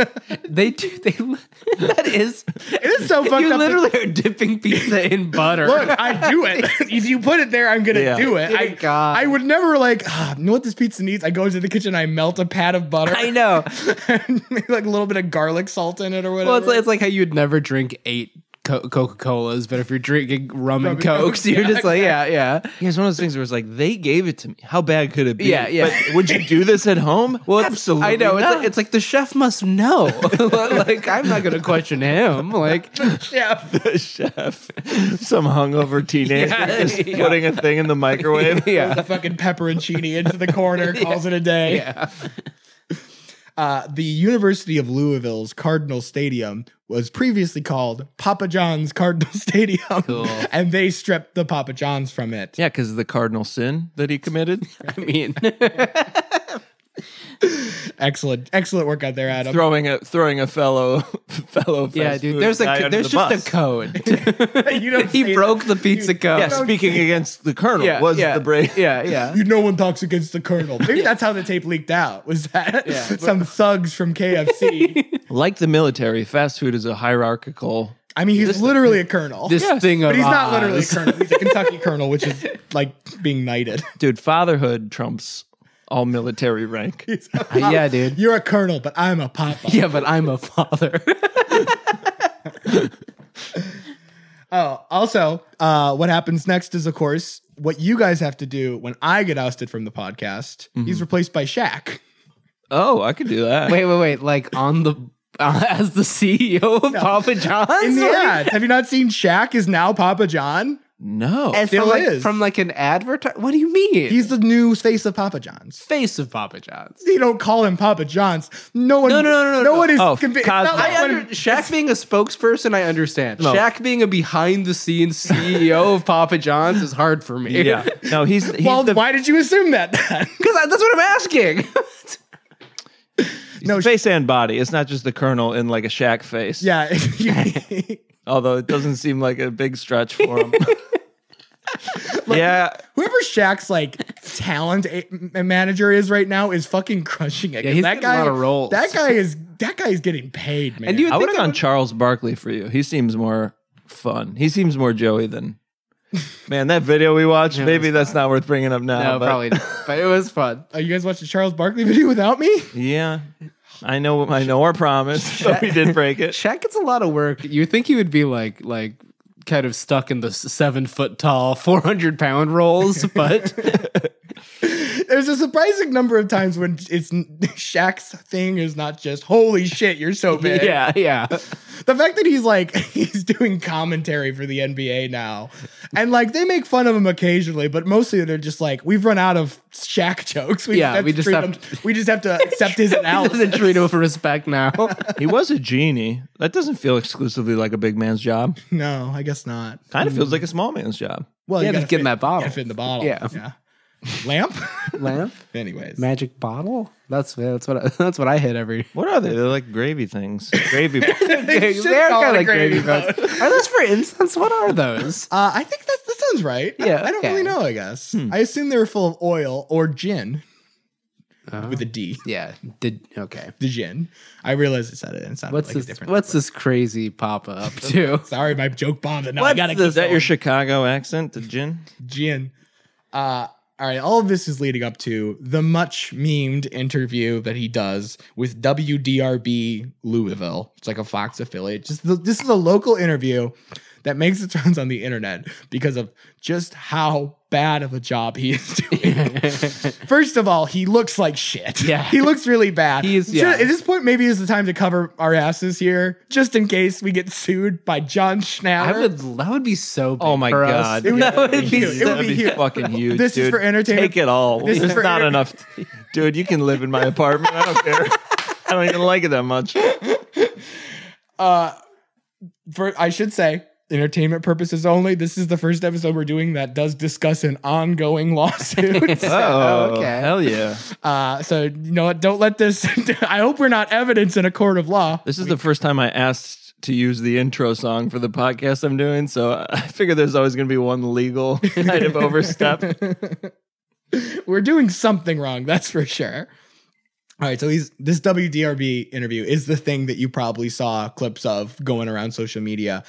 Speaker 6: They do. They. That is.
Speaker 5: it is so fucked
Speaker 6: You
Speaker 5: up
Speaker 6: literally are dipping pizza in butter.
Speaker 5: Look, I do it. if you put it there, I'm gonna
Speaker 7: Yeah.
Speaker 5: do it.
Speaker 6: Dear
Speaker 5: I,
Speaker 6: God.
Speaker 5: I would never like. Ah, you know what this pizza needs? I go into the kitchen, I melt a pat of butter,
Speaker 6: I know.
Speaker 5: and make, like a little bit of garlic salt in it or whatever.
Speaker 6: Well, it's like, it's like how you'd never drink eight co- Coca Colas, but if you're drinking rum, and cokes,
Speaker 5: Cokes,
Speaker 6: you're
Speaker 5: yeah,
Speaker 6: just like, yeah, yeah.
Speaker 7: Yeah, it's one of those things where it's like they gave it to me. How bad could it be?
Speaker 6: Yeah, yeah.
Speaker 7: But would you do this at home? Well, absolutely.
Speaker 6: I know. It's
Speaker 7: not.
Speaker 6: like, it's like the chef must know. like I'm not going to question him. Like
Speaker 5: yeah.
Speaker 7: the chef, some hungover teenager, just putting a thing in the microwave.
Speaker 5: the
Speaker 6: yeah,
Speaker 5: fucking pepperoncini into the corner, calls it a day.
Speaker 6: yeah.
Speaker 5: Uh, the University of Louisville's Cardinal Stadium was previously called Papa John's Cardinal Stadium, and they stripped the Papa John's from it.
Speaker 7: Yeah, because of the cardinal sin that he committed.
Speaker 6: I mean,
Speaker 5: Excellent, excellent work out there, Adam.
Speaker 7: throwing a throwing a fellow fellow
Speaker 6: yeah,
Speaker 7: fast
Speaker 6: dude.
Speaker 7: food
Speaker 6: There's
Speaker 7: guy
Speaker 6: a co-
Speaker 7: under
Speaker 6: there's
Speaker 7: the
Speaker 6: just
Speaker 7: bus.
Speaker 6: a code.
Speaker 5: you don't say
Speaker 6: he
Speaker 5: that.
Speaker 6: broke the pizza code.
Speaker 7: yeah, speaking against the colonel
Speaker 6: yeah,
Speaker 7: was
Speaker 6: yeah,
Speaker 7: the brave.
Speaker 6: Yeah, yeah.
Speaker 5: You no one talks against the Colonel. Maybe that's how the tape leaked out. Was that
Speaker 6: Yeah.
Speaker 5: some thugs from KFC?
Speaker 7: Like the military, fast food is a hierarchical.
Speaker 5: I mean, he's literally a colonel.
Speaker 6: This thing of
Speaker 5: but he's not literally a
Speaker 6: ours.
Speaker 5: colonel. He's a Kentucky colonel, which is like being knighted.
Speaker 7: Dude, fatherhood trumps all military rank.
Speaker 5: He's a
Speaker 6: Uh, yeah,
Speaker 5: pop-
Speaker 6: dude.
Speaker 5: You're a colonel, but I'm a papa.
Speaker 6: Yeah, but I'm a father.
Speaker 5: Oh, also, uh, what happens next is, of course, what you guys have to do when I get ousted from the podcast.
Speaker 6: Mm-hmm.
Speaker 5: He's replaced by Shaq.
Speaker 7: Oh, I could do that.
Speaker 6: wait, wait, wait. Like on the uh, as the CEO of Papa John's.
Speaker 5: In the
Speaker 6: Like,
Speaker 5: ads, have you not seen Shaq is now Papa John?
Speaker 7: no.
Speaker 6: as
Speaker 5: Still
Speaker 6: from like,
Speaker 5: is.
Speaker 6: from like an advertise. What do you mean?
Speaker 5: He's the new face of Papa John's.
Speaker 6: face of Papa John's.
Speaker 5: They don't call him Papa John's. No one.
Speaker 6: No, no, no, no, no.
Speaker 5: one is
Speaker 7: Oh,
Speaker 5: convi- it's
Speaker 7: Cosmo.
Speaker 5: not like
Speaker 6: I
Speaker 5: when-
Speaker 6: under, Shaq being a spokesperson, I understand. Shaq being a behind the scenes CEO of Papa John's is hard for me.
Speaker 7: yeah. No, he's, he's
Speaker 5: well,
Speaker 7: the,
Speaker 5: why did you assume that? then?
Speaker 6: because that's what I'm asking.
Speaker 7: he's the face and body. It's not just the colonel in like a shack face.
Speaker 5: yeah.
Speaker 7: Although it doesn't seem like a big stretch for him. yeah.
Speaker 5: Whoever Shaq's like talent a- m- manager is right now is fucking crushing it.
Speaker 6: Yeah, he's
Speaker 5: that
Speaker 6: getting a
Speaker 5: guy,
Speaker 6: lot of roles.
Speaker 5: That guy is that guy is getting paid, man.
Speaker 6: And you
Speaker 7: I would
Speaker 6: think
Speaker 7: have
Speaker 6: I
Speaker 7: gone
Speaker 6: would-
Speaker 7: Charles Barkley for you. He seems more fun. He seems more Joey than. Man, that video we watched, maybe that's not worth bringing up now.
Speaker 6: no,
Speaker 7: but-
Speaker 6: probably not. Uh, But it was fun.
Speaker 5: Are you guys watched the Charles Barkley video without me?
Speaker 7: Yeah. I know I know our promise. So we did break it.
Speaker 6: Shaq gets a lot of work. You think he would be like like kind of stuck in the s- seven foot tall, four hundred pound rolls, but
Speaker 5: There's a surprising number of times when it's Shaq's thing is not just "Holy shit, you're so big."
Speaker 6: yeah, yeah.
Speaker 5: The fact that he's like he's doing commentary for the NBA now, and like they make fun of him occasionally, but mostly they're just like, "We've run out of Shaq jokes. We
Speaker 6: Yeah, we just
Speaker 5: treat
Speaker 6: have
Speaker 5: him-
Speaker 6: to-
Speaker 5: we just have to accept his
Speaker 6: Doesn't
Speaker 5: analysis."
Speaker 6: treat him with respect now.
Speaker 7: He was a genie. That doesn't feel exclusively like a big man's job.
Speaker 5: No, I guess not.
Speaker 7: Kind of feels like a small man's job.
Speaker 5: Well,
Speaker 6: Yeah,
Speaker 5: you
Speaker 6: just
Speaker 5: gotta
Speaker 6: get in
Speaker 5: fit-
Speaker 6: that bottle.
Speaker 5: you gotta fit in the bottle.
Speaker 6: Yeah.
Speaker 5: Lamp.
Speaker 6: Lamp,
Speaker 5: Anyways,
Speaker 6: magic bottle. That's that's what I, that's what I hit every.
Speaker 7: What are they? They're like gravy things. Gravy.
Speaker 5: They should call
Speaker 6: kinda
Speaker 5: it gravy
Speaker 6: boats. Are those for incense? What are those?
Speaker 5: Uh, I think that that sounds right. I-
Speaker 6: Yeah,
Speaker 5: I, don't
Speaker 6: okay. Hmm.
Speaker 5: really know. I guess I assume they were full of oil or gin
Speaker 6: Uh,
Speaker 5: with a D.
Speaker 6: Yeah. Did okay.
Speaker 5: The gin. I realized I said it and it sounded
Speaker 6: What's
Speaker 5: like it's
Speaker 6: this?
Speaker 5: different.
Speaker 6: What's this crazy Papa up to?
Speaker 5: Sorry, my joke bombed. And now I
Speaker 7: What's
Speaker 5: gotta
Speaker 7: this? Is
Speaker 5: keep
Speaker 7: that
Speaker 5: going.
Speaker 7: your Chicago accent? The gin?
Speaker 5: gin. Uh, all right. All of this is leading up to the much memed interview that he does with WDRB Louisville. It's like a Fox affiliate. Just the, this is a local interview that makes its rounds on the internet because of just how bad of a job he is doing. First of all, he looks like shit.
Speaker 6: Yeah.
Speaker 5: he looks really bad.
Speaker 6: He is-
Speaker 5: Ju-
Speaker 6: yeah.
Speaker 5: At this point, maybe is the time to cover our asses here, just in case we get sued by John Schnatter.
Speaker 6: I would. That would be so. Big
Speaker 7: Oh my
Speaker 6: for us.
Speaker 7: god.
Speaker 5: It would-
Speaker 7: That
Speaker 5: it would be huge. It would
Speaker 7: that'd
Speaker 5: be huge.
Speaker 7: fucking huge.
Speaker 5: This is
Speaker 7: dude.
Speaker 5: for entertainment-
Speaker 7: Take it all.
Speaker 5: This is
Speaker 7: There's
Speaker 5: for
Speaker 7: not
Speaker 5: enter-
Speaker 7: enough. dude, you can live in my apartment. I don't care. I don't even like it that much.
Speaker 5: for I should say entertainment purposes only. This is the first episode we're doing that does discuss an ongoing lawsuit.
Speaker 7: Oh,
Speaker 6: okay.
Speaker 7: Hell yeah.
Speaker 5: uh, so you know what? Don't let this. I hope we're not evidence in a court of law.
Speaker 7: This is the first time I asked to use the intro song for the podcast I'm doing, so I figure there's always going to be one legal kind of overstep.
Speaker 5: We're doing something wrong, that's for sure. All right, so he's this WDRB interview is the thing that you probably saw clips of going around social media.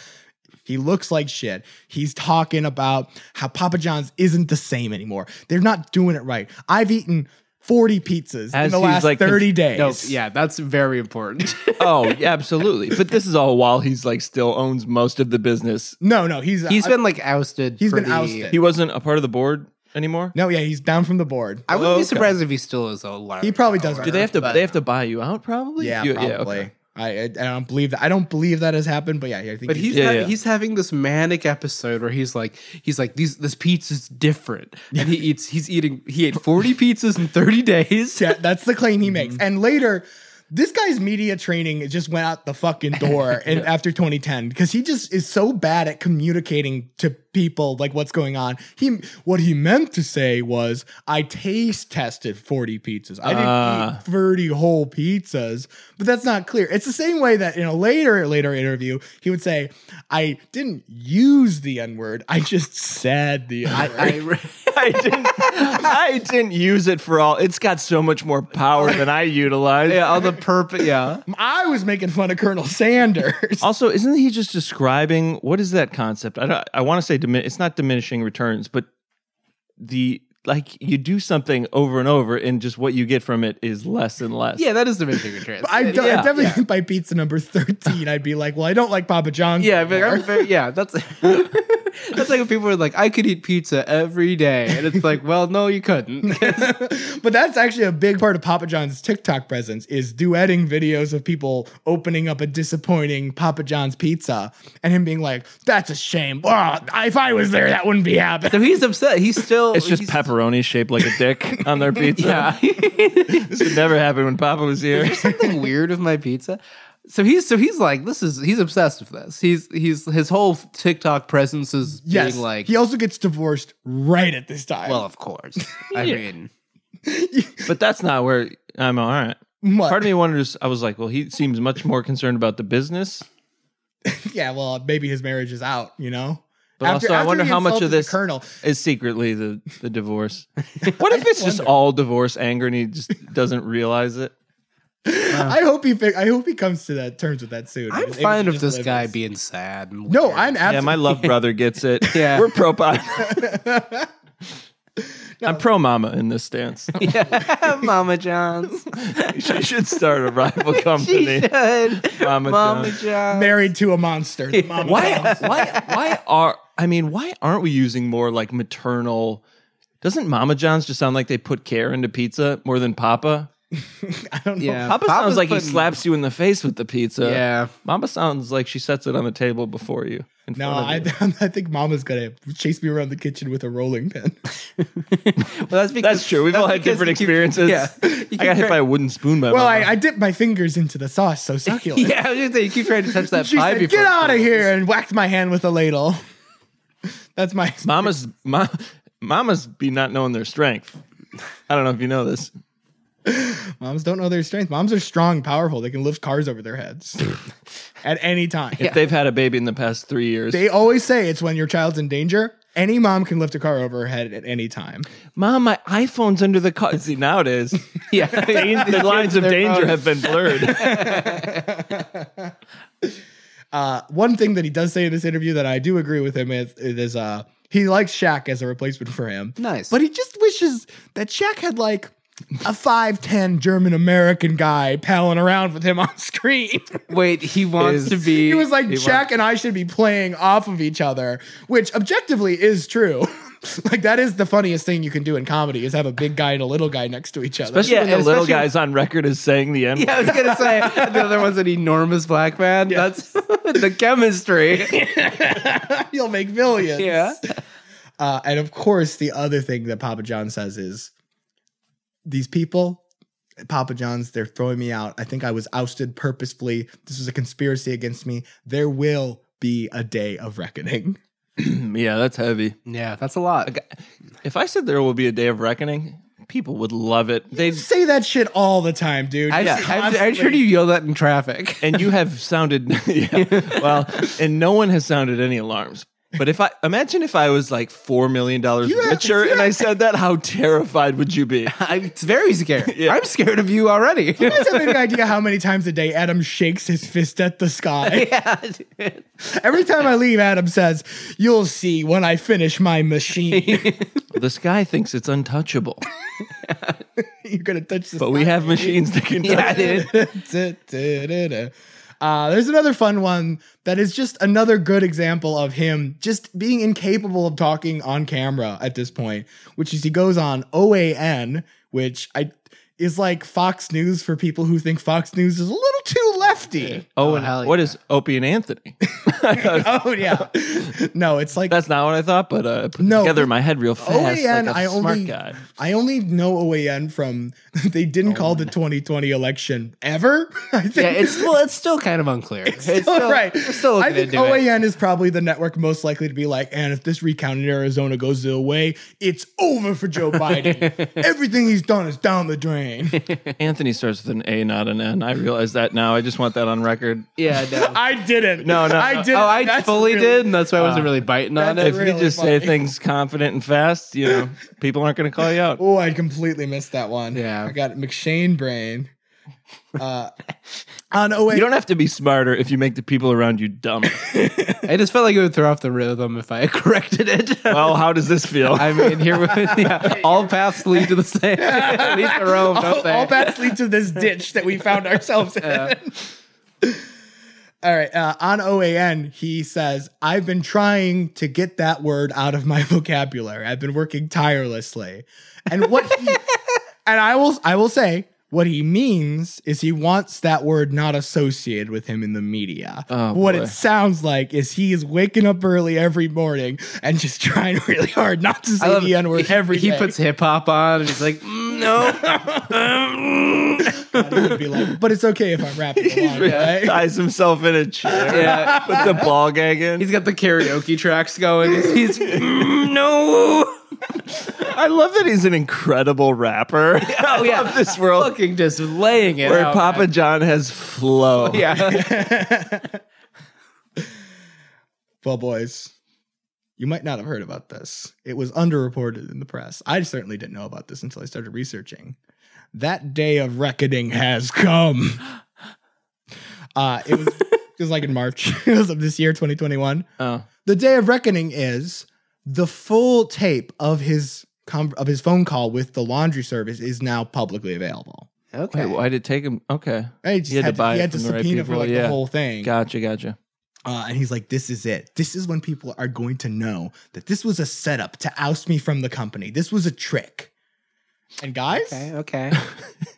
Speaker 5: He looks like shit. He's talking about how Papa John's isn't the same anymore. They're not doing it right. I've eaten 40 pizzas in
Speaker 7: As
Speaker 5: the
Speaker 7: he's
Speaker 5: last
Speaker 7: like-
Speaker 5: 30 days.
Speaker 6: No, yeah, that's very important.
Speaker 7: Oh, yeah, absolutely. But this is all while he's like still owns most of the business.
Speaker 5: No, no, he's
Speaker 6: he's
Speaker 5: uh,
Speaker 6: been like ousted.
Speaker 5: he's
Speaker 6: for
Speaker 5: been
Speaker 6: the-
Speaker 5: ousted.
Speaker 7: He wasn't a part of the board anymore.
Speaker 5: no, yeah, he's down from the board.
Speaker 6: I wouldn't
Speaker 7: Okay.
Speaker 6: be surprised if he still is alive.
Speaker 5: He probably does.
Speaker 7: Do they have to? They have to buy you out, probably.
Speaker 5: Yeah,
Speaker 7: You-
Speaker 5: probably.
Speaker 7: okay.
Speaker 5: I, I I don't believe that. I don't believe that has happened. But yeah, I think.
Speaker 6: But he's
Speaker 7: Yeah,
Speaker 6: ha-
Speaker 7: yeah.
Speaker 6: he's having this manic episode where he's like he's like these this pizza's different, and he eats he's eating he ate forty pizzas in thirty days.
Speaker 5: yeah, that's the claim he makes. And later, This guy's media training just went out the fucking door and after 2010 because he just is so bad at communicating to people like what's going on. He what he meant to say was I taste tested 40 pizzas. I didn't
Speaker 7: Ah.
Speaker 5: eat 30 whole pizzas, but that's not clear. It's the same way that in a later later interview he would say I didn't use the n-word. I just said the n-word.
Speaker 7: I, I didn't. I didn't use it for all. It's got so much more power than I utilize.
Speaker 6: Yeah, all the purpose. Yeah,
Speaker 5: I was making fun of Colonel Sanders.
Speaker 7: Also, isn't he just describing what is that concept? I don't, I want to say dimin- it's not diminishing returns, but the like you do something over and over, and just what you get from it is less and less.
Speaker 6: yeah, that is the diminishing returns.
Speaker 5: I, don't- I
Speaker 7: Yeah.
Speaker 5: definitely think by pizza number 13, I'd be like, well, I don't like Papa John's.
Speaker 6: yeah, but
Speaker 5: anymore.
Speaker 6: I'm very, yeah, that's that's like when people are like, I could eat pizza every day, and it's like, well, no, you couldn't.
Speaker 5: but that's actually a big part of Papa John's TikTok presence is duetting videos of people opening up a disappointing Papa John's pizza and him being like, that's a shame. Oh, if I was there, that wouldn't be happening.
Speaker 6: So he's upset. He's still.
Speaker 7: It's just
Speaker 6: he's-
Speaker 7: pepperoni shaped like a dick on their pizza.
Speaker 6: Yeah.
Speaker 7: This would never happen when Papa was here.
Speaker 6: something weird with my pizza. So he's so he's like this is he's obsessed with this. He's he's his whole TikTok presence is
Speaker 5: Yes.
Speaker 6: being like
Speaker 5: he also gets divorced right at this time.
Speaker 6: well, of course. I mean,
Speaker 7: But that's not where I'm all right.
Speaker 5: What?
Speaker 7: Part of me wonders. I was like, well, he seems much more concerned about the business.
Speaker 5: yeah, well, maybe his marriage is out, you know?
Speaker 7: But also, I wonder
Speaker 5: he
Speaker 7: how much of
Speaker 5: insulted the
Speaker 7: this
Speaker 5: Colonel.
Speaker 7: is secretly the the divorce. What if it's just all divorce anger and he just doesn't realize it?
Speaker 5: I hope he. Fig- I hope he comes to that terms with that soon.
Speaker 6: I'm
Speaker 5: He's able
Speaker 6: fine
Speaker 5: to
Speaker 6: with
Speaker 5: just live
Speaker 6: this guy being sad. And
Speaker 5: No,
Speaker 6: weird.
Speaker 5: I'm absolutely.
Speaker 7: Yeah, my love brother gets it.
Speaker 6: Yeah.
Speaker 7: we're pro papa. I'm pro mama in this stance.
Speaker 6: yeah, Mama John's.
Speaker 7: she should start a rival
Speaker 6: She
Speaker 7: company.
Speaker 6: should.
Speaker 7: Mama,
Speaker 6: Mama
Speaker 7: John.
Speaker 6: John's.
Speaker 5: married to a monster. the mama
Speaker 7: Why?
Speaker 5: comes.
Speaker 7: Why? Why are? I mean, why aren't we using more like maternal? Doesn't Mama John's just sound like they put care into pizza more than Papa?
Speaker 5: I don't know.
Speaker 6: Yeah,
Speaker 7: Papa
Speaker 6: Papa's
Speaker 7: sounds like he
Speaker 6: putting-
Speaker 7: slaps you in the face with the pizza.
Speaker 6: Yeah.
Speaker 7: Mama sounds like she sets it on the table before you. in
Speaker 5: No,
Speaker 7: front of
Speaker 5: I,
Speaker 7: you.
Speaker 5: I think Mama's gonna chase me around the kitchen with a rolling pin.
Speaker 6: Well, that's because
Speaker 7: That's true. We've all had
Speaker 6: because
Speaker 7: different
Speaker 6: you-
Speaker 7: experiences.
Speaker 6: yeah.
Speaker 7: I got hit by a wooden spoon by
Speaker 5: Well,
Speaker 7: Mama.
Speaker 5: I, I dipped my fingers into the sauce, so succulent.
Speaker 6: Yeah, I was gonna say you keep trying to touch that
Speaker 5: she
Speaker 6: pie
Speaker 5: said,
Speaker 6: before.
Speaker 5: "Get
Speaker 6: it
Speaker 5: out of
Speaker 6: cools."
Speaker 5: here!" and whacked my hand with a ladle. That's my
Speaker 7: Mama's ma- mamas be not knowing their strength. I don't know if you know this.
Speaker 5: moms don't know their strength. Moms are strong, powerful. They can lift cars over their heads at any time.
Speaker 7: If they've had a baby in the past three years,
Speaker 5: They always say it's when your child's in danger. Any mom can lift a car over her head at any time.
Speaker 7: Mom, my iPhone's under the car. See, nowadays
Speaker 6: Yeah,
Speaker 7: the lines of danger have been blurred.
Speaker 5: one thing that he does say in this interview that I do agree with him is, is uh he likes Shaq as a replacement for him.
Speaker 6: Nice.
Speaker 5: But he just wishes that Shaq had like a 5'10 German American guy palling around with him on screen.
Speaker 6: Wait, he wants
Speaker 7: Is-
Speaker 6: to be.
Speaker 5: he was like,
Speaker 7: He wa-
Speaker 5: Shaq and I should be playing off of each other, which objectively is true. like, that is the funniest thing you can do in comedy is have a big guy and a little guy next to each other.
Speaker 7: Especially
Speaker 6: Yeah,
Speaker 7: when the little
Speaker 6: especially-
Speaker 7: guy's on record as saying the N.
Speaker 6: Yeah, I was gonna say the other one's an enormous black man. That's the chemistry.
Speaker 5: You'll make millions.
Speaker 6: Yeah.
Speaker 5: Uh, and of course, the other thing that Papa John says is these people, Papa John's, they're throwing me out. I think I was ousted purposefully. This was a conspiracy against me. There will be a day of reckoning.
Speaker 7: yeah, that's heavy.
Speaker 6: Yeah, that's a lot.
Speaker 7: If I said there will be a day of reckoning, people would love it. They
Speaker 5: Say that shit all the time, dude.
Speaker 6: I,
Speaker 5: Just
Speaker 6: I, I,
Speaker 5: constantly-
Speaker 6: heard you yell that in traffic.
Speaker 7: and you have sounded yeah, well, and no one has sounded any alarms. But if I imagine if I was like four million dollars
Speaker 5: You have-
Speaker 7: richer and I said that, how terrified would you be?
Speaker 6: I, it's very scary.
Speaker 7: Yeah.
Speaker 6: I'm scared of you already.
Speaker 5: You guys have any idea how many times a day Adam shakes his fist at the sky?
Speaker 6: yeah, dude.
Speaker 5: Every time I leave, Adam says, You'll see when I finish my machine.
Speaker 7: The sky thinks it's untouchable,
Speaker 5: You're going to touch the
Speaker 7: but we have machines that can.
Speaker 6: yeah,
Speaker 7: touch it.
Speaker 6: dude.
Speaker 5: Da-da-da-da. Uh, there's another fun one that is just another good example of him just being incapable of talking on camera at this point, which is he goes on OAN, which I is like Fox News for people who think Fox News is a little too lefty.
Speaker 7: Oh, and
Speaker 6: hell
Speaker 7: what
Speaker 6: yeah.
Speaker 7: is Opie and Anthony?
Speaker 5: oh yeah, no, it's like
Speaker 7: That's not what I thought, but uh, I put it
Speaker 5: No,
Speaker 7: together in my head real fast.
Speaker 5: OAN.
Speaker 7: like a
Speaker 5: I
Speaker 7: smart
Speaker 5: only
Speaker 7: guy. Oh
Speaker 5: I only know OAN from they didn't call the 2020 election ever. I think.
Speaker 6: Yeah, it's well, it's still kind of unclear. It's, still,
Speaker 5: right.
Speaker 6: We're still looking
Speaker 5: I think
Speaker 6: into it.
Speaker 5: OAN is probably the network most likely to be like, and if this recount in Arizona goes their way, it's over for Joe Biden. Everything he's done is down the drain.
Speaker 7: Anthony starts with an A, not an N. I realize that now. I just want that on record.
Speaker 6: Yeah, no.
Speaker 5: I didn't.
Speaker 7: No, no,
Speaker 5: I
Speaker 7: no.
Speaker 5: didn't.
Speaker 6: oh, I
Speaker 5: That's
Speaker 6: fully
Speaker 5: really- Uh,
Speaker 6: did, and that's why I wasn't really biting on
Speaker 5: that's
Speaker 6: it.
Speaker 7: If
Speaker 5: really
Speaker 7: you just
Speaker 5: funny.
Speaker 7: say things confident and fast, you know, people aren't going to call you out.
Speaker 5: Oh, I completely missed that one.
Speaker 6: Yeah.
Speaker 5: I got McShane brain. Uh, on OAN,
Speaker 7: You don't have to be smarter if you make the people around you dumb.
Speaker 6: I just felt like it would throw off the rhythm if I corrected it.
Speaker 7: well, how does this feel?
Speaker 6: I mean, here, we- yeah, all paths lead to the same, lead to Rome, don't
Speaker 5: all,
Speaker 6: they?
Speaker 5: all paths lead to this ditch that we found ourselves in. All right. Uh, on OAN, he says, I've been trying to get that word out of my vocabulary. I've been working tirelessly. And what he, and I will, I will say, what he means is he wants that word not associated with him in the media.
Speaker 7: Oh,
Speaker 5: what
Speaker 7: boy.
Speaker 5: it sounds like is he is waking up early every morning and just trying really hard not to say the N word
Speaker 6: he,
Speaker 5: every
Speaker 6: he
Speaker 5: day.
Speaker 6: puts hip hop on, and he's like, "Mm, no,
Speaker 5: And he would be like, but it's okay if I'm rapping along, right?
Speaker 7: Ties himself in a chair
Speaker 6: yeah.
Speaker 7: with the ball gag in.
Speaker 6: He's got the karaoke tracks going. He's, he's "Mm, no.
Speaker 7: I love that he's an incredible rapper.
Speaker 6: Oh yeah,
Speaker 7: this world
Speaker 6: fucking just laying it.
Speaker 7: where
Speaker 6: out,
Speaker 7: Papa John has flow.
Speaker 6: man. Yeah.
Speaker 5: Well, boys, you might not have heard about this. It was underreported in the press. I certainly didn't know about this until I started researching. That day of reckoning has come. Uh, it was it was like in March. it was of this year, 2021.
Speaker 7: Oh.
Speaker 5: The day of reckoning is the full tape of his com- of his phone call with the laundry service is now publicly available.
Speaker 7: Wait, why did it take him? Okay.
Speaker 5: He just
Speaker 7: He had to buy
Speaker 5: he had
Speaker 7: it
Speaker 5: to
Speaker 7: from the right
Speaker 5: subpoena for
Speaker 7: people,
Speaker 5: like the
Speaker 7: yeah.
Speaker 5: whole thing.
Speaker 7: Gotcha, gotcha.
Speaker 5: Uh, and he's like, this is it. This is when people are going to know that this was a setup to oust me from the company. This was a trick. And guys,
Speaker 6: Okay.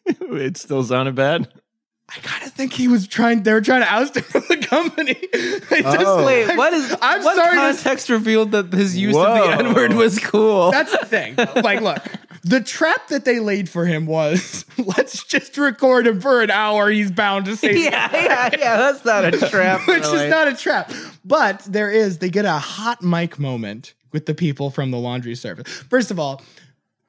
Speaker 7: it still sounded bad.
Speaker 5: I kind of think he was trying, they were trying to oust him from the company. I just-
Speaker 6: Wait, what is?
Speaker 5: I'm
Speaker 6: what
Speaker 5: sorry to-
Speaker 6: Context revealed that his use
Speaker 7: Whoa.
Speaker 6: of the N word was cool.
Speaker 5: That's the thing. Like, look, the trap that they laid for him was let's just record him for an hour. He's bound to say
Speaker 6: yeah, yeah, yeah. That's not a trap.
Speaker 5: which
Speaker 6: really.
Speaker 5: is not a trap. But there is, they get a hot mic moment with the people from the laundry service. First of all,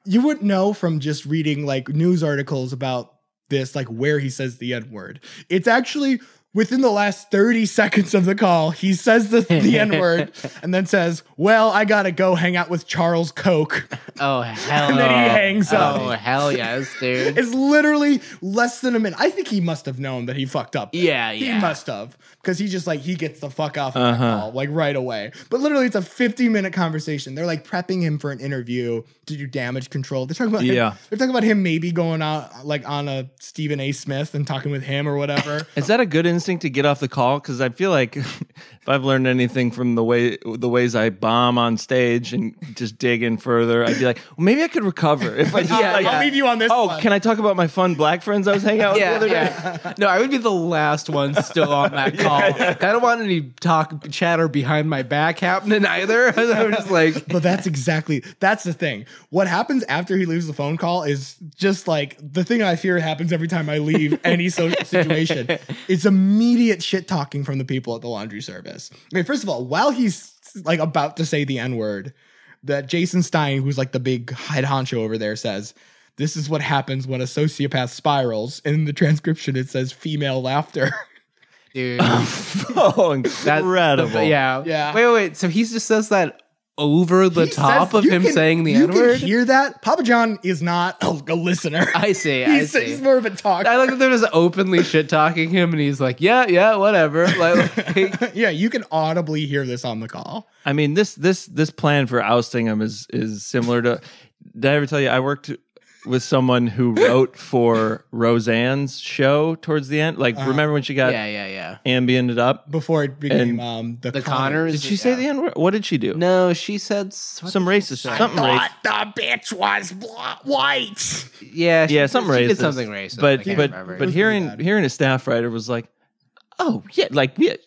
Speaker 5: you wouldn't know from just reading like news articles about this, like where he says the N word. It's actually within the last 30 seconds of the call, he says the, the N word and then says, Well, I gotta go hang out with Charles Koch.
Speaker 6: Oh hell.
Speaker 5: And then he hangs up.
Speaker 6: Oh hell yes, dude.
Speaker 5: It's literally less than a minute. I think he must have known that he fucked up.
Speaker 6: Yeah,
Speaker 5: he
Speaker 6: yeah.
Speaker 5: must have because he just like he gets the fuck off of
Speaker 7: Uh-huh.
Speaker 5: that call like right away. But literally, it's a fifty-minute conversation. They're like prepping him for an interview to do damage control. They're talking about him-
Speaker 7: Yeah.
Speaker 5: They're talking about him maybe going out like on a Stephen A. Smith and talking with him or whatever.
Speaker 7: Is that a good instinct to get off the call? Because I feel like if I've learned anything from the way the ways I bomb on stage and just dig in further, I'd be like, well, maybe I could recover if I just
Speaker 6: Yeah,
Speaker 7: like,
Speaker 5: I'll leave you on this.
Speaker 7: Oh,
Speaker 5: one.
Speaker 7: can I talk about my fun black friends I was hanging out with the
Speaker 6: Yeah,
Speaker 7: other day?
Speaker 6: yeah. No, I would be the last one still on that call. I don't want any talk chatter behind my back happening either. I'm just like,
Speaker 5: But that's exactly that's the thing. What happens after he leaves the phone call is just like the thing I fear happens every time I leave any social situation. It's immediate shit talking from the people at the laundry service. I mean, first of all, while he's like about to say the N word, that Jason Stein, who's like the big head honcho over there, says. This is what happens when a sociopath spirals. In the transcription, it says female laughter.
Speaker 6: dude,
Speaker 7: Oh,
Speaker 6: that-
Speaker 7: incredible.
Speaker 6: yeah,
Speaker 5: Yeah.
Speaker 6: Wait, wait. So he just says that over the
Speaker 5: He
Speaker 6: top
Speaker 5: says-
Speaker 6: of
Speaker 5: you
Speaker 6: him
Speaker 5: can-
Speaker 6: saying the
Speaker 5: you
Speaker 6: N
Speaker 5: can
Speaker 6: word.
Speaker 5: Hear that? Papa John is not a, a listener.
Speaker 6: I see. I
Speaker 5: he's,
Speaker 6: see.
Speaker 5: he's more of a talker.
Speaker 6: I like that they're just openly shit talking him, and he's like, "Yeah, yeah, whatever." Like, like,
Speaker 5: yeah, you can audibly hear this on the call.
Speaker 7: I mean this this this plan for ousting him is is similar to. Did I ever tell you I worked with someone who wrote for Roseanne's show towards the end? Like, remember when she got
Speaker 6: Uh-huh. yeah, yeah, yeah.
Speaker 7: ambiented up?
Speaker 5: Before it became
Speaker 7: And
Speaker 5: um, the,
Speaker 6: The Connors.
Speaker 7: Did she say the N word? What did she do?
Speaker 6: No, she said s-
Speaker 7: Some racist, something racist.
Speaker 5: Thought the bitch was bla- white.
Speaker 6: Yeah, she,
Speaker 7: Yeah, something
Speaker 6: she
Speaker 7: racist.
Speaker 6: did something racist. I
Speaker 7: But
Speaker 6: can't
Speaker 7: but
Speaker 6: remember.
Speaker 7: but hearing
Speaker 5: bad.
Speaker 7: hearing a staff writer was like, oh yeah, like yeah, It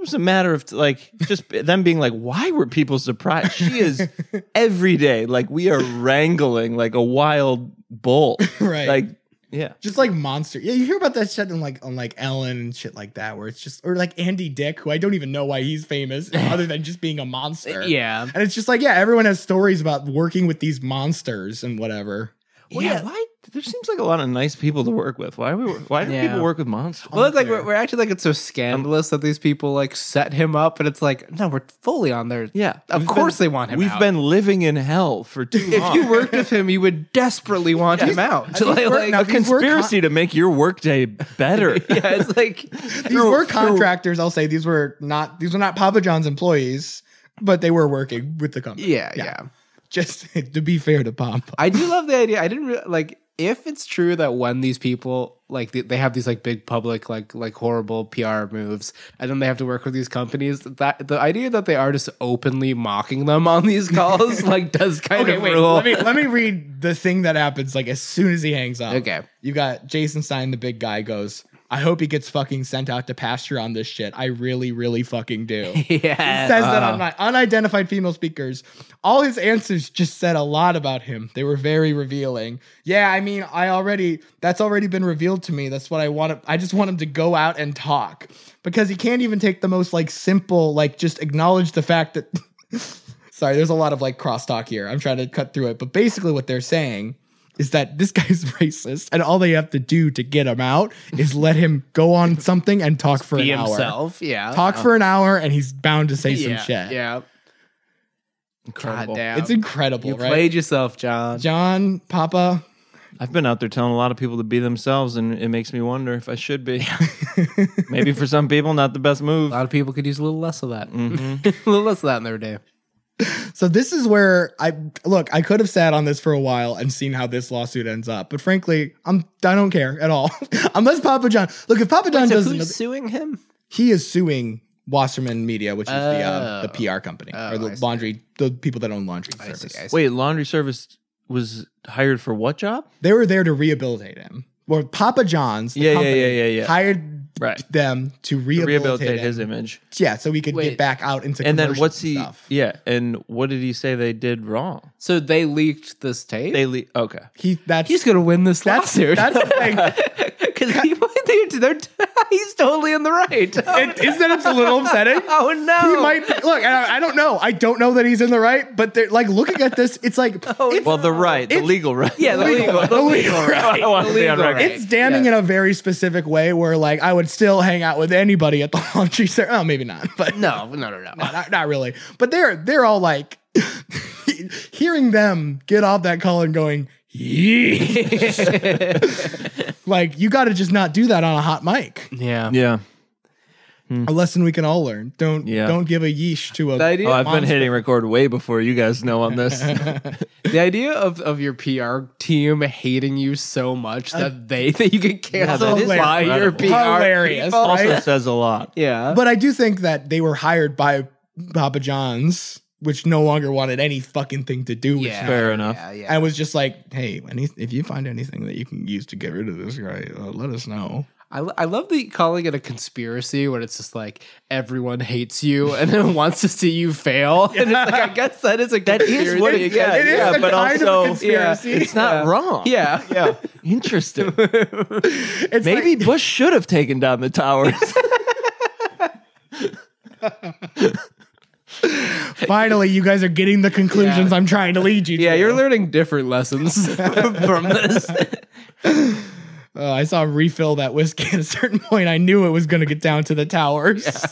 Speaker 7: was a matter of like just them being like, why were people surprised? She is every day like we are wrangling like a wild bull,
Speaker 5: Right.
Speaker 7: Like, yeah,
Speaker 5: just like monster. Yeah, you hear about that shit on like on like Ellen and shit like that, where it's just or like Andy Dick, who I don't even know why he's famous other than just being a monster.
Speaker 6: Yeah.
Speaker 5: and it's just like yeah, everyone has stories about working with these monsters and whatever.
Speaker 7: well, yeah. Why? There seems like a lot of nice people to work with. Why? We, why do
Speaker 6: Yeah.
Speaker 7: people work with monsters?
Speaker 6: Well, it's like
Speaker 5: Unclear.
Speaker 6: we're, we're acting like it's so scandalous that these people like set him up, and it's like no, we're fully on their.
Speaker 7: yeah,
Speaker 6: of
Speaker 7: We've
Speaker 6: course
Speaker 7: been-
Speaker 6: they want him.
Speaker 7: We've
Speaker 6: out.
Speaker 7: been living in hell for too long.
Speaker 6: If you worked with him, you would desperately want him out.
Speaker 5: think
Speaker 6: Like-
Speaker 5: we're-
Speaker 6: like-
Speaker 5: now-
Speaker 7: a
Speaker 5: If you work
Speaker 7: conspiracy to make your workday better.
Speaker 6: yeah, it's like
Speaker 5: These were contractors. I'll say these were not these were not Papa John's employees, but they were working with the company.
Speaker 6: yeah, yeah.
Speaker 5: Just to be fair to Papa.
Speaker 6: I do love the idea. I didn't re- like if it's true that when these people like they, they have these like big public like like horrible PR moves, and then they have to work with these companies. That the idea that they are just openly mocking them on these calls like does kind
Speaker 5: Okay,
Speaker 6: of
Speaker 5: wait.
Speaker 6: rule.
Speaker 5: Let me let me read the thing that happens like as soon as he hangs up.
Speaker 6: Okay.
Speaker 5: You got Jason Stein, the big guy, goes. I hope he gets fucking sent out to pasture on this shit. I really, really fucking do. He
Speaker 6: yeah,
Speaker 5: says that on my unidentified female speakers. All his answers just said a lot about him. They were very revealing. Yeah, I mean, I already that's already been revealed to me. That's what I want. To, I just want him to go out and talk because he can't even take the most like simple like just acknowledge the fact that Sorry, there's a lot of like crosstalk here. I'm trying to cut through it, but basically what they're saying is that this guy's racist, and all they have to do to get him out is let him go on something and talk for
Speaker 6: be
Speaker 5: an hour.
Speaker 6: himself. Yeah, Um,
Speaker 5: Talk for an hour, and he's bound to say
Speaker 6: yeah,
Speaker 5: some shit.
Speaker 6: Yeah,
Speaker 7: Incredible.
Speaker 6: God damn,
Speaker 5: It's incredible,
Speaker 6: you
Speaker 5: right?
Speaker 6: played yourself, John.
Speaker 5: John Papa.
Speaker 7: I've been out there telling a lot of people to be themselves, and it makes me wonder if I should be. Maybe for some people, not the best move.
Speaker 6: A lot of people could use a little less of that.
Speaker 5: Mm-hmm.
Speaker 6: a little less of that in their day.
Speaker 5: So this is where I look. I could have sat on this for a while and seen how this lawsuit ends up, but frankly, I'm I don't care at all. Unless Papa John. Look, if Papa John doesn't,
Speaker 6: suing him?
Speaker 5: he is suing Wasserman Media, which is the uh,
Speaker 6: Oh.
Speaker 5: the PR company
Speaker 6: Oh,
Speaker 5: or
Speaker 6: I
Speaker 5: the
Speaker 6: see.
Speaker 5: laundry, the people that own laundry service.
Speaker 7: Wait, laundry service was hired for what job?
Speaker 5: They were there to rehabilitate him. Or Papa John's, the
Speaker 7: Yeah, yeah,
Speaker 5: company,
Speaker 7: yeah, yeah, yeah.
Speaker 5: hired
Speaker 7: Right.
Speaker 5: them to
Speaker 7: To
Speaker 5: rehabilitate,
Speaker 7: rehabilitate
Speaker 5: him.
Speaker 7: his image.
Speaker 5: Yeah, so he could get
Speaker 6: Wait.
Speaker 5: back out into
Speaker 7: And then
Speaker 5: commercials
Speaker 7: what's he?
Speaker 5: stuff.
Speaker 7: Yeah. And what did he say they did wrong?
Speaker 6: So they leaked this tape.
Speaker 7: They le- okay.
Speaker 5: He that's
Speaker 6: he's gonna win this
Speaker 5: that's,
Speaker 6: lawsuit.
Speaker 5: that's the thing.
Speaker 6: because he they're, they're, he's totally in the right. Oh,
Speaker 5: It, isn't that it's a little upsetting?
Speaker 6: oh, no,
Speaker 5: He might be, look. and I, I don't know. I don't know that he's in the right, but they're like looking at this. It's like it's,
Speaker 7: Well, the right, the
Speaker 5: It's-
Speaker 7: legal right.
Speaker 6: Yeah, the legal, the legal right.
Speaker 7: I want to be on
Speaker 6: Legal
Speaker 7: record.
Speaker 5: it's damning in a very specific way. Where like I would still hang out with anybody at the laundry store. Oh, maybe not, but
Speaker 6: No, no, no, no.
Speaker 5: not, not really. But they're they're all like hearing them get off that call and going, "Yeesh." like you got to just not do that on a hot mic.
Speaker 7: Mm-hmm.
Speaker 6: yeah.
Speaker 7: Yeah.
Speaker 5: A lesson we can all learn. Don't
Speaker 7: Yeah.
Speaker 5: don't give a yeesh to a.
Speaker 6: The idea,
Speaker 7: Oh, I've been
Speaker 5: Monster.
Speaker 7: hitting record way before you guys know on this.
Speaker 6: the idea of, of your PR team hating you so much that they that you get canceled
Speaker 5: that is
Speaker 6: by your PR.
Speaker 7: incredible.
Speaker 5: Hilarious,
Speaker 6: people.
Speaker 5: right?
Speaker 7: also says a lot.
Speaker 6: Yeah,
Speaker 5: but I do think that they were hired by Papa John's, which no longer wanted any fucking thing to do with
Speaker 6: Yeah.
Speaker 5: you.
Speaker 7: Fair enough.
Speaker 6: yeah, yeah.
Speaker 5: And was just like, hey, any, if you find anything that you can use to get rid of this guy, uh, let us know.
Speaker 6: I, lo- I love the calling it a conspiracy when it's just like everyone hates you and then wants to see you fail. And it's like I guess that is a conspiracy.
Speaker 7: is what it-
Speaker 6: against
Speaker 7: yeah,
Speaker 5: It is
Speaker 7: yeah,
Speaker 5: a
Speaker 7: but
Speaker 5: kind
Speaker 7: also-
Speaker 5: of a conspiracy.
Speaker 7: It's not wrong.
Speaker 6: Yeah.
Speaker 7: Yeah. Interesting.
Speaker 5: It's
Speaker 7: Maybe
Speaker 5: like-
Speaker 7: Bush should have taken down the towers.
Speaker 5: finally you guys are getting the conclusions I'm trying to lead you.
Speaker 6: Yeah,
Speaker 5: to.
Speaker 6: you're learning different lessons from this.
Speaker 5: Uh, I saw him refill that whiskey at a certain point. I knew it was going to get down to the towers.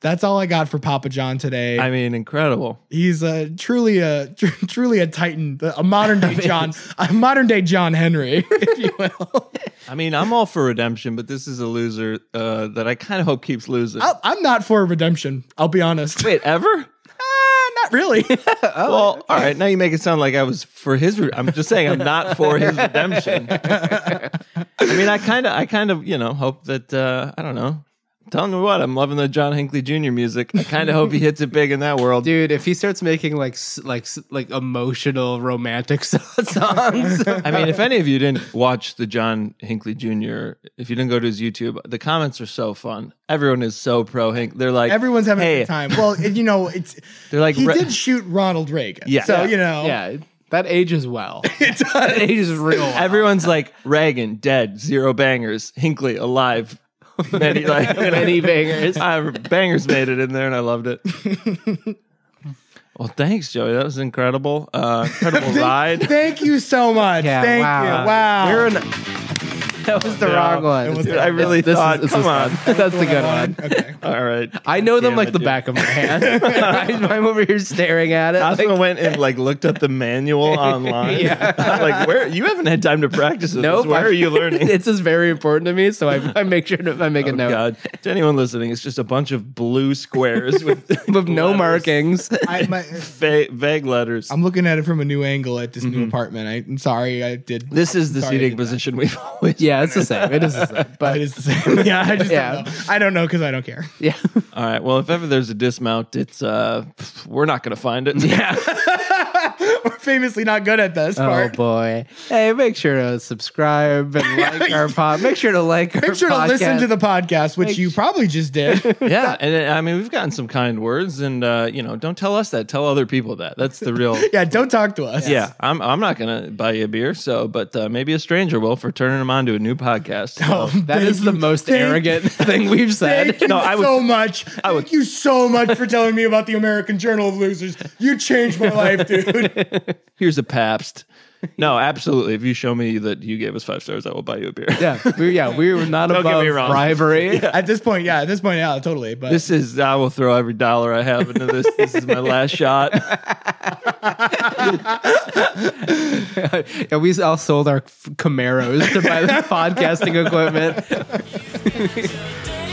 Speaker 5: That's all I got for Papa John today.
Speaker 7: I mean, incredible.
Speaker 5: He's a truly a tr- truly a titan, a modern day John, a modern day John Henry, if you will.
Speaker 7: I mean, I'm all for redemption, but this is a loser uh, that I kind of hope keeps losing.
Speaker 5: I'll, I'm not for redemption. I'll be honest.
Speaker 7: Wait, ever?
Speaker 5: Ah, not really.
Speaker 7: well, all right. Now you make it sound like I was for his. Re- I'm just saying I'm not for his redemption. I mean, I kind of, I kind of, you know, hope that uh, I don't know. Tell me what, I'm loving the John Hinckley Jr. music. I kind of hope he hits it big in that world.
Speaker 6: Dude, if he starts making like s- like s- like emotional romantic songs,
Speaker 7: I mean, if any of you didn't watch the John Hinckley Jr., if you didn't go to his YouTube, the comments are so fun. Everyone is so pro Hink. They're like,
Speaker 5: Everyone's having a
Speaker 7: hey,
Speaker 5: good time. Well, you know, it's
Speaker 7: They're like
Speaker 5: he
Speaker 7: re-
Speaker 5: did shoot Ronald Reagan.
Speaker 7: Yeah.
Speaker 5: So you know,
Speaker 6: yeah, that ages well. That ages real. well.
Speaker 7: Everyone's like Reagan dead, zero bangers. Hinckley alive, many like
Speaker 6: many bangers.
Speaker 7: I, bangers made it in there, and I loved it. well, thanks, Joey. That was incredible. Uh, incredible ride.
Speaker 5: Thank you so much.
Speaker 6: Yeah,
Speaker 5: Thank
Speaker 6: wow.
Speaker 5: you. Wow.
Speaker 7: You're an-
Speaker 6: That was the
Speaker 7: No,
Speaker 6: wrong one.
Speaker 5: it was-
Speaker 7: dude, I really
Speaker 6: This is-
Speaker 7: thought.
Speaker 6: this is
Speaker 7: come on.
Speaker 6: fun. That's the good one.
Speaker 5: Okay.
Speaker 7: All right.
Speaker 6: I know them
Speaker 7: Damn
Speaker 6: like
Speaker 7: it,
Speaker 6: the
Speaker 7: dude.
Speaker 6: back of my hand. I'm over here staring at it.
Speaker 7: I also
Speaker 6: like,
Speaker 7: went and like looked up the manual online.
Speaker 6: Yeah.
Speaker 7: I'm like, where you haven't had time to practice this.
Speaker 6: nope.
Speaker 7: Where
Speaker 6: I-
Speaker 7: are you learning?
Speaker 6: this is very important to me, so I, I make sure to I make a
Speaker 7: Oh,
Speaker 6: note
Speaker 7: God. To anyone listening, it's just a bunch of blue squares with
Speaker 6: with no
Speaker 7: letters,
Speaker 6: markings.
Speaker 5: I, my,
Speaker 7: va- vague letters. Mm-hmm.
Speaker 5: I'm looking at it from a new angle at this new apartment. I, am sorry, I did.
Speaker 7: this is the
Speaker 5: Sorry,
Speaker 7: seating
Speaker 5: I did that.
Speaker 7: position we've always.
Speaker 6: yeah, it's the same. It is the same. But
Speaker 5: It is the same. yeah, I just
Speaker 6: Yeah.
Speaker 5: don't know. I don't know because I don't care.
Speaker 6: yeah,
Speaker 7: All right. Well, if ever there's a dismount, it's uh, pff, we're not gonna find it. Yeah.
Speaker 5: We're famously not good at this
Speaker 6: oh
Speaker 5: part.
Speaker 6: boy. Hey, make sure to subscribe and like our pod. Make sure to like. our
Speaker 5: Make sure to listen
Speaker 6: podcast.
Speaker 5: to the podcast, which
Speaker 6: Make
Speaker 5: you
Speaker 6: su-
Speaker 5: probably just did.
Speaker 7: yeah. And uh, I mean, we've gotten some kind words, and uh, you know, don't tell us that. Tell other people that. That's the real.
Speaker 5: yeah, don't talk to us.
Speaker 7: Yeah, I'm. I'm not gonna buy you a beer. So, but uh, maybe a stranger will for turning them on to a new podcast. So-
Speaker 6: That is the most
Speaker 5: Oh, Thank-
Speaker 6: arrogant thing we've said.
Speaker 5: Thank you
Speaker 7: No, I would-
Speaker 5: so much.
Speaker 7: would-
Speaker 5: Thank you so much for telling me about the American Journal of Losers. You changed my life, dude.
Speaker 7: here's a Pabst. No, absolutely. If you show me that you gave us five stars, I will buy you a beer.
Speaker 6: Yeah, we, yeah, we were not
Speaker 7: Don't get
Speaker 6: above
Speaker 7: me wrong.
Speaker 6: bribery.
Speaker 5: At this point, yeah. At this point, yeah, totally. But
Speaker 7: This is. I will throw every dollar I have into this. This is my last shot.
Speaker 6: Yeah, we all sold our f- Camaros to buy the podcasting equipment.
Speaker 4: Don't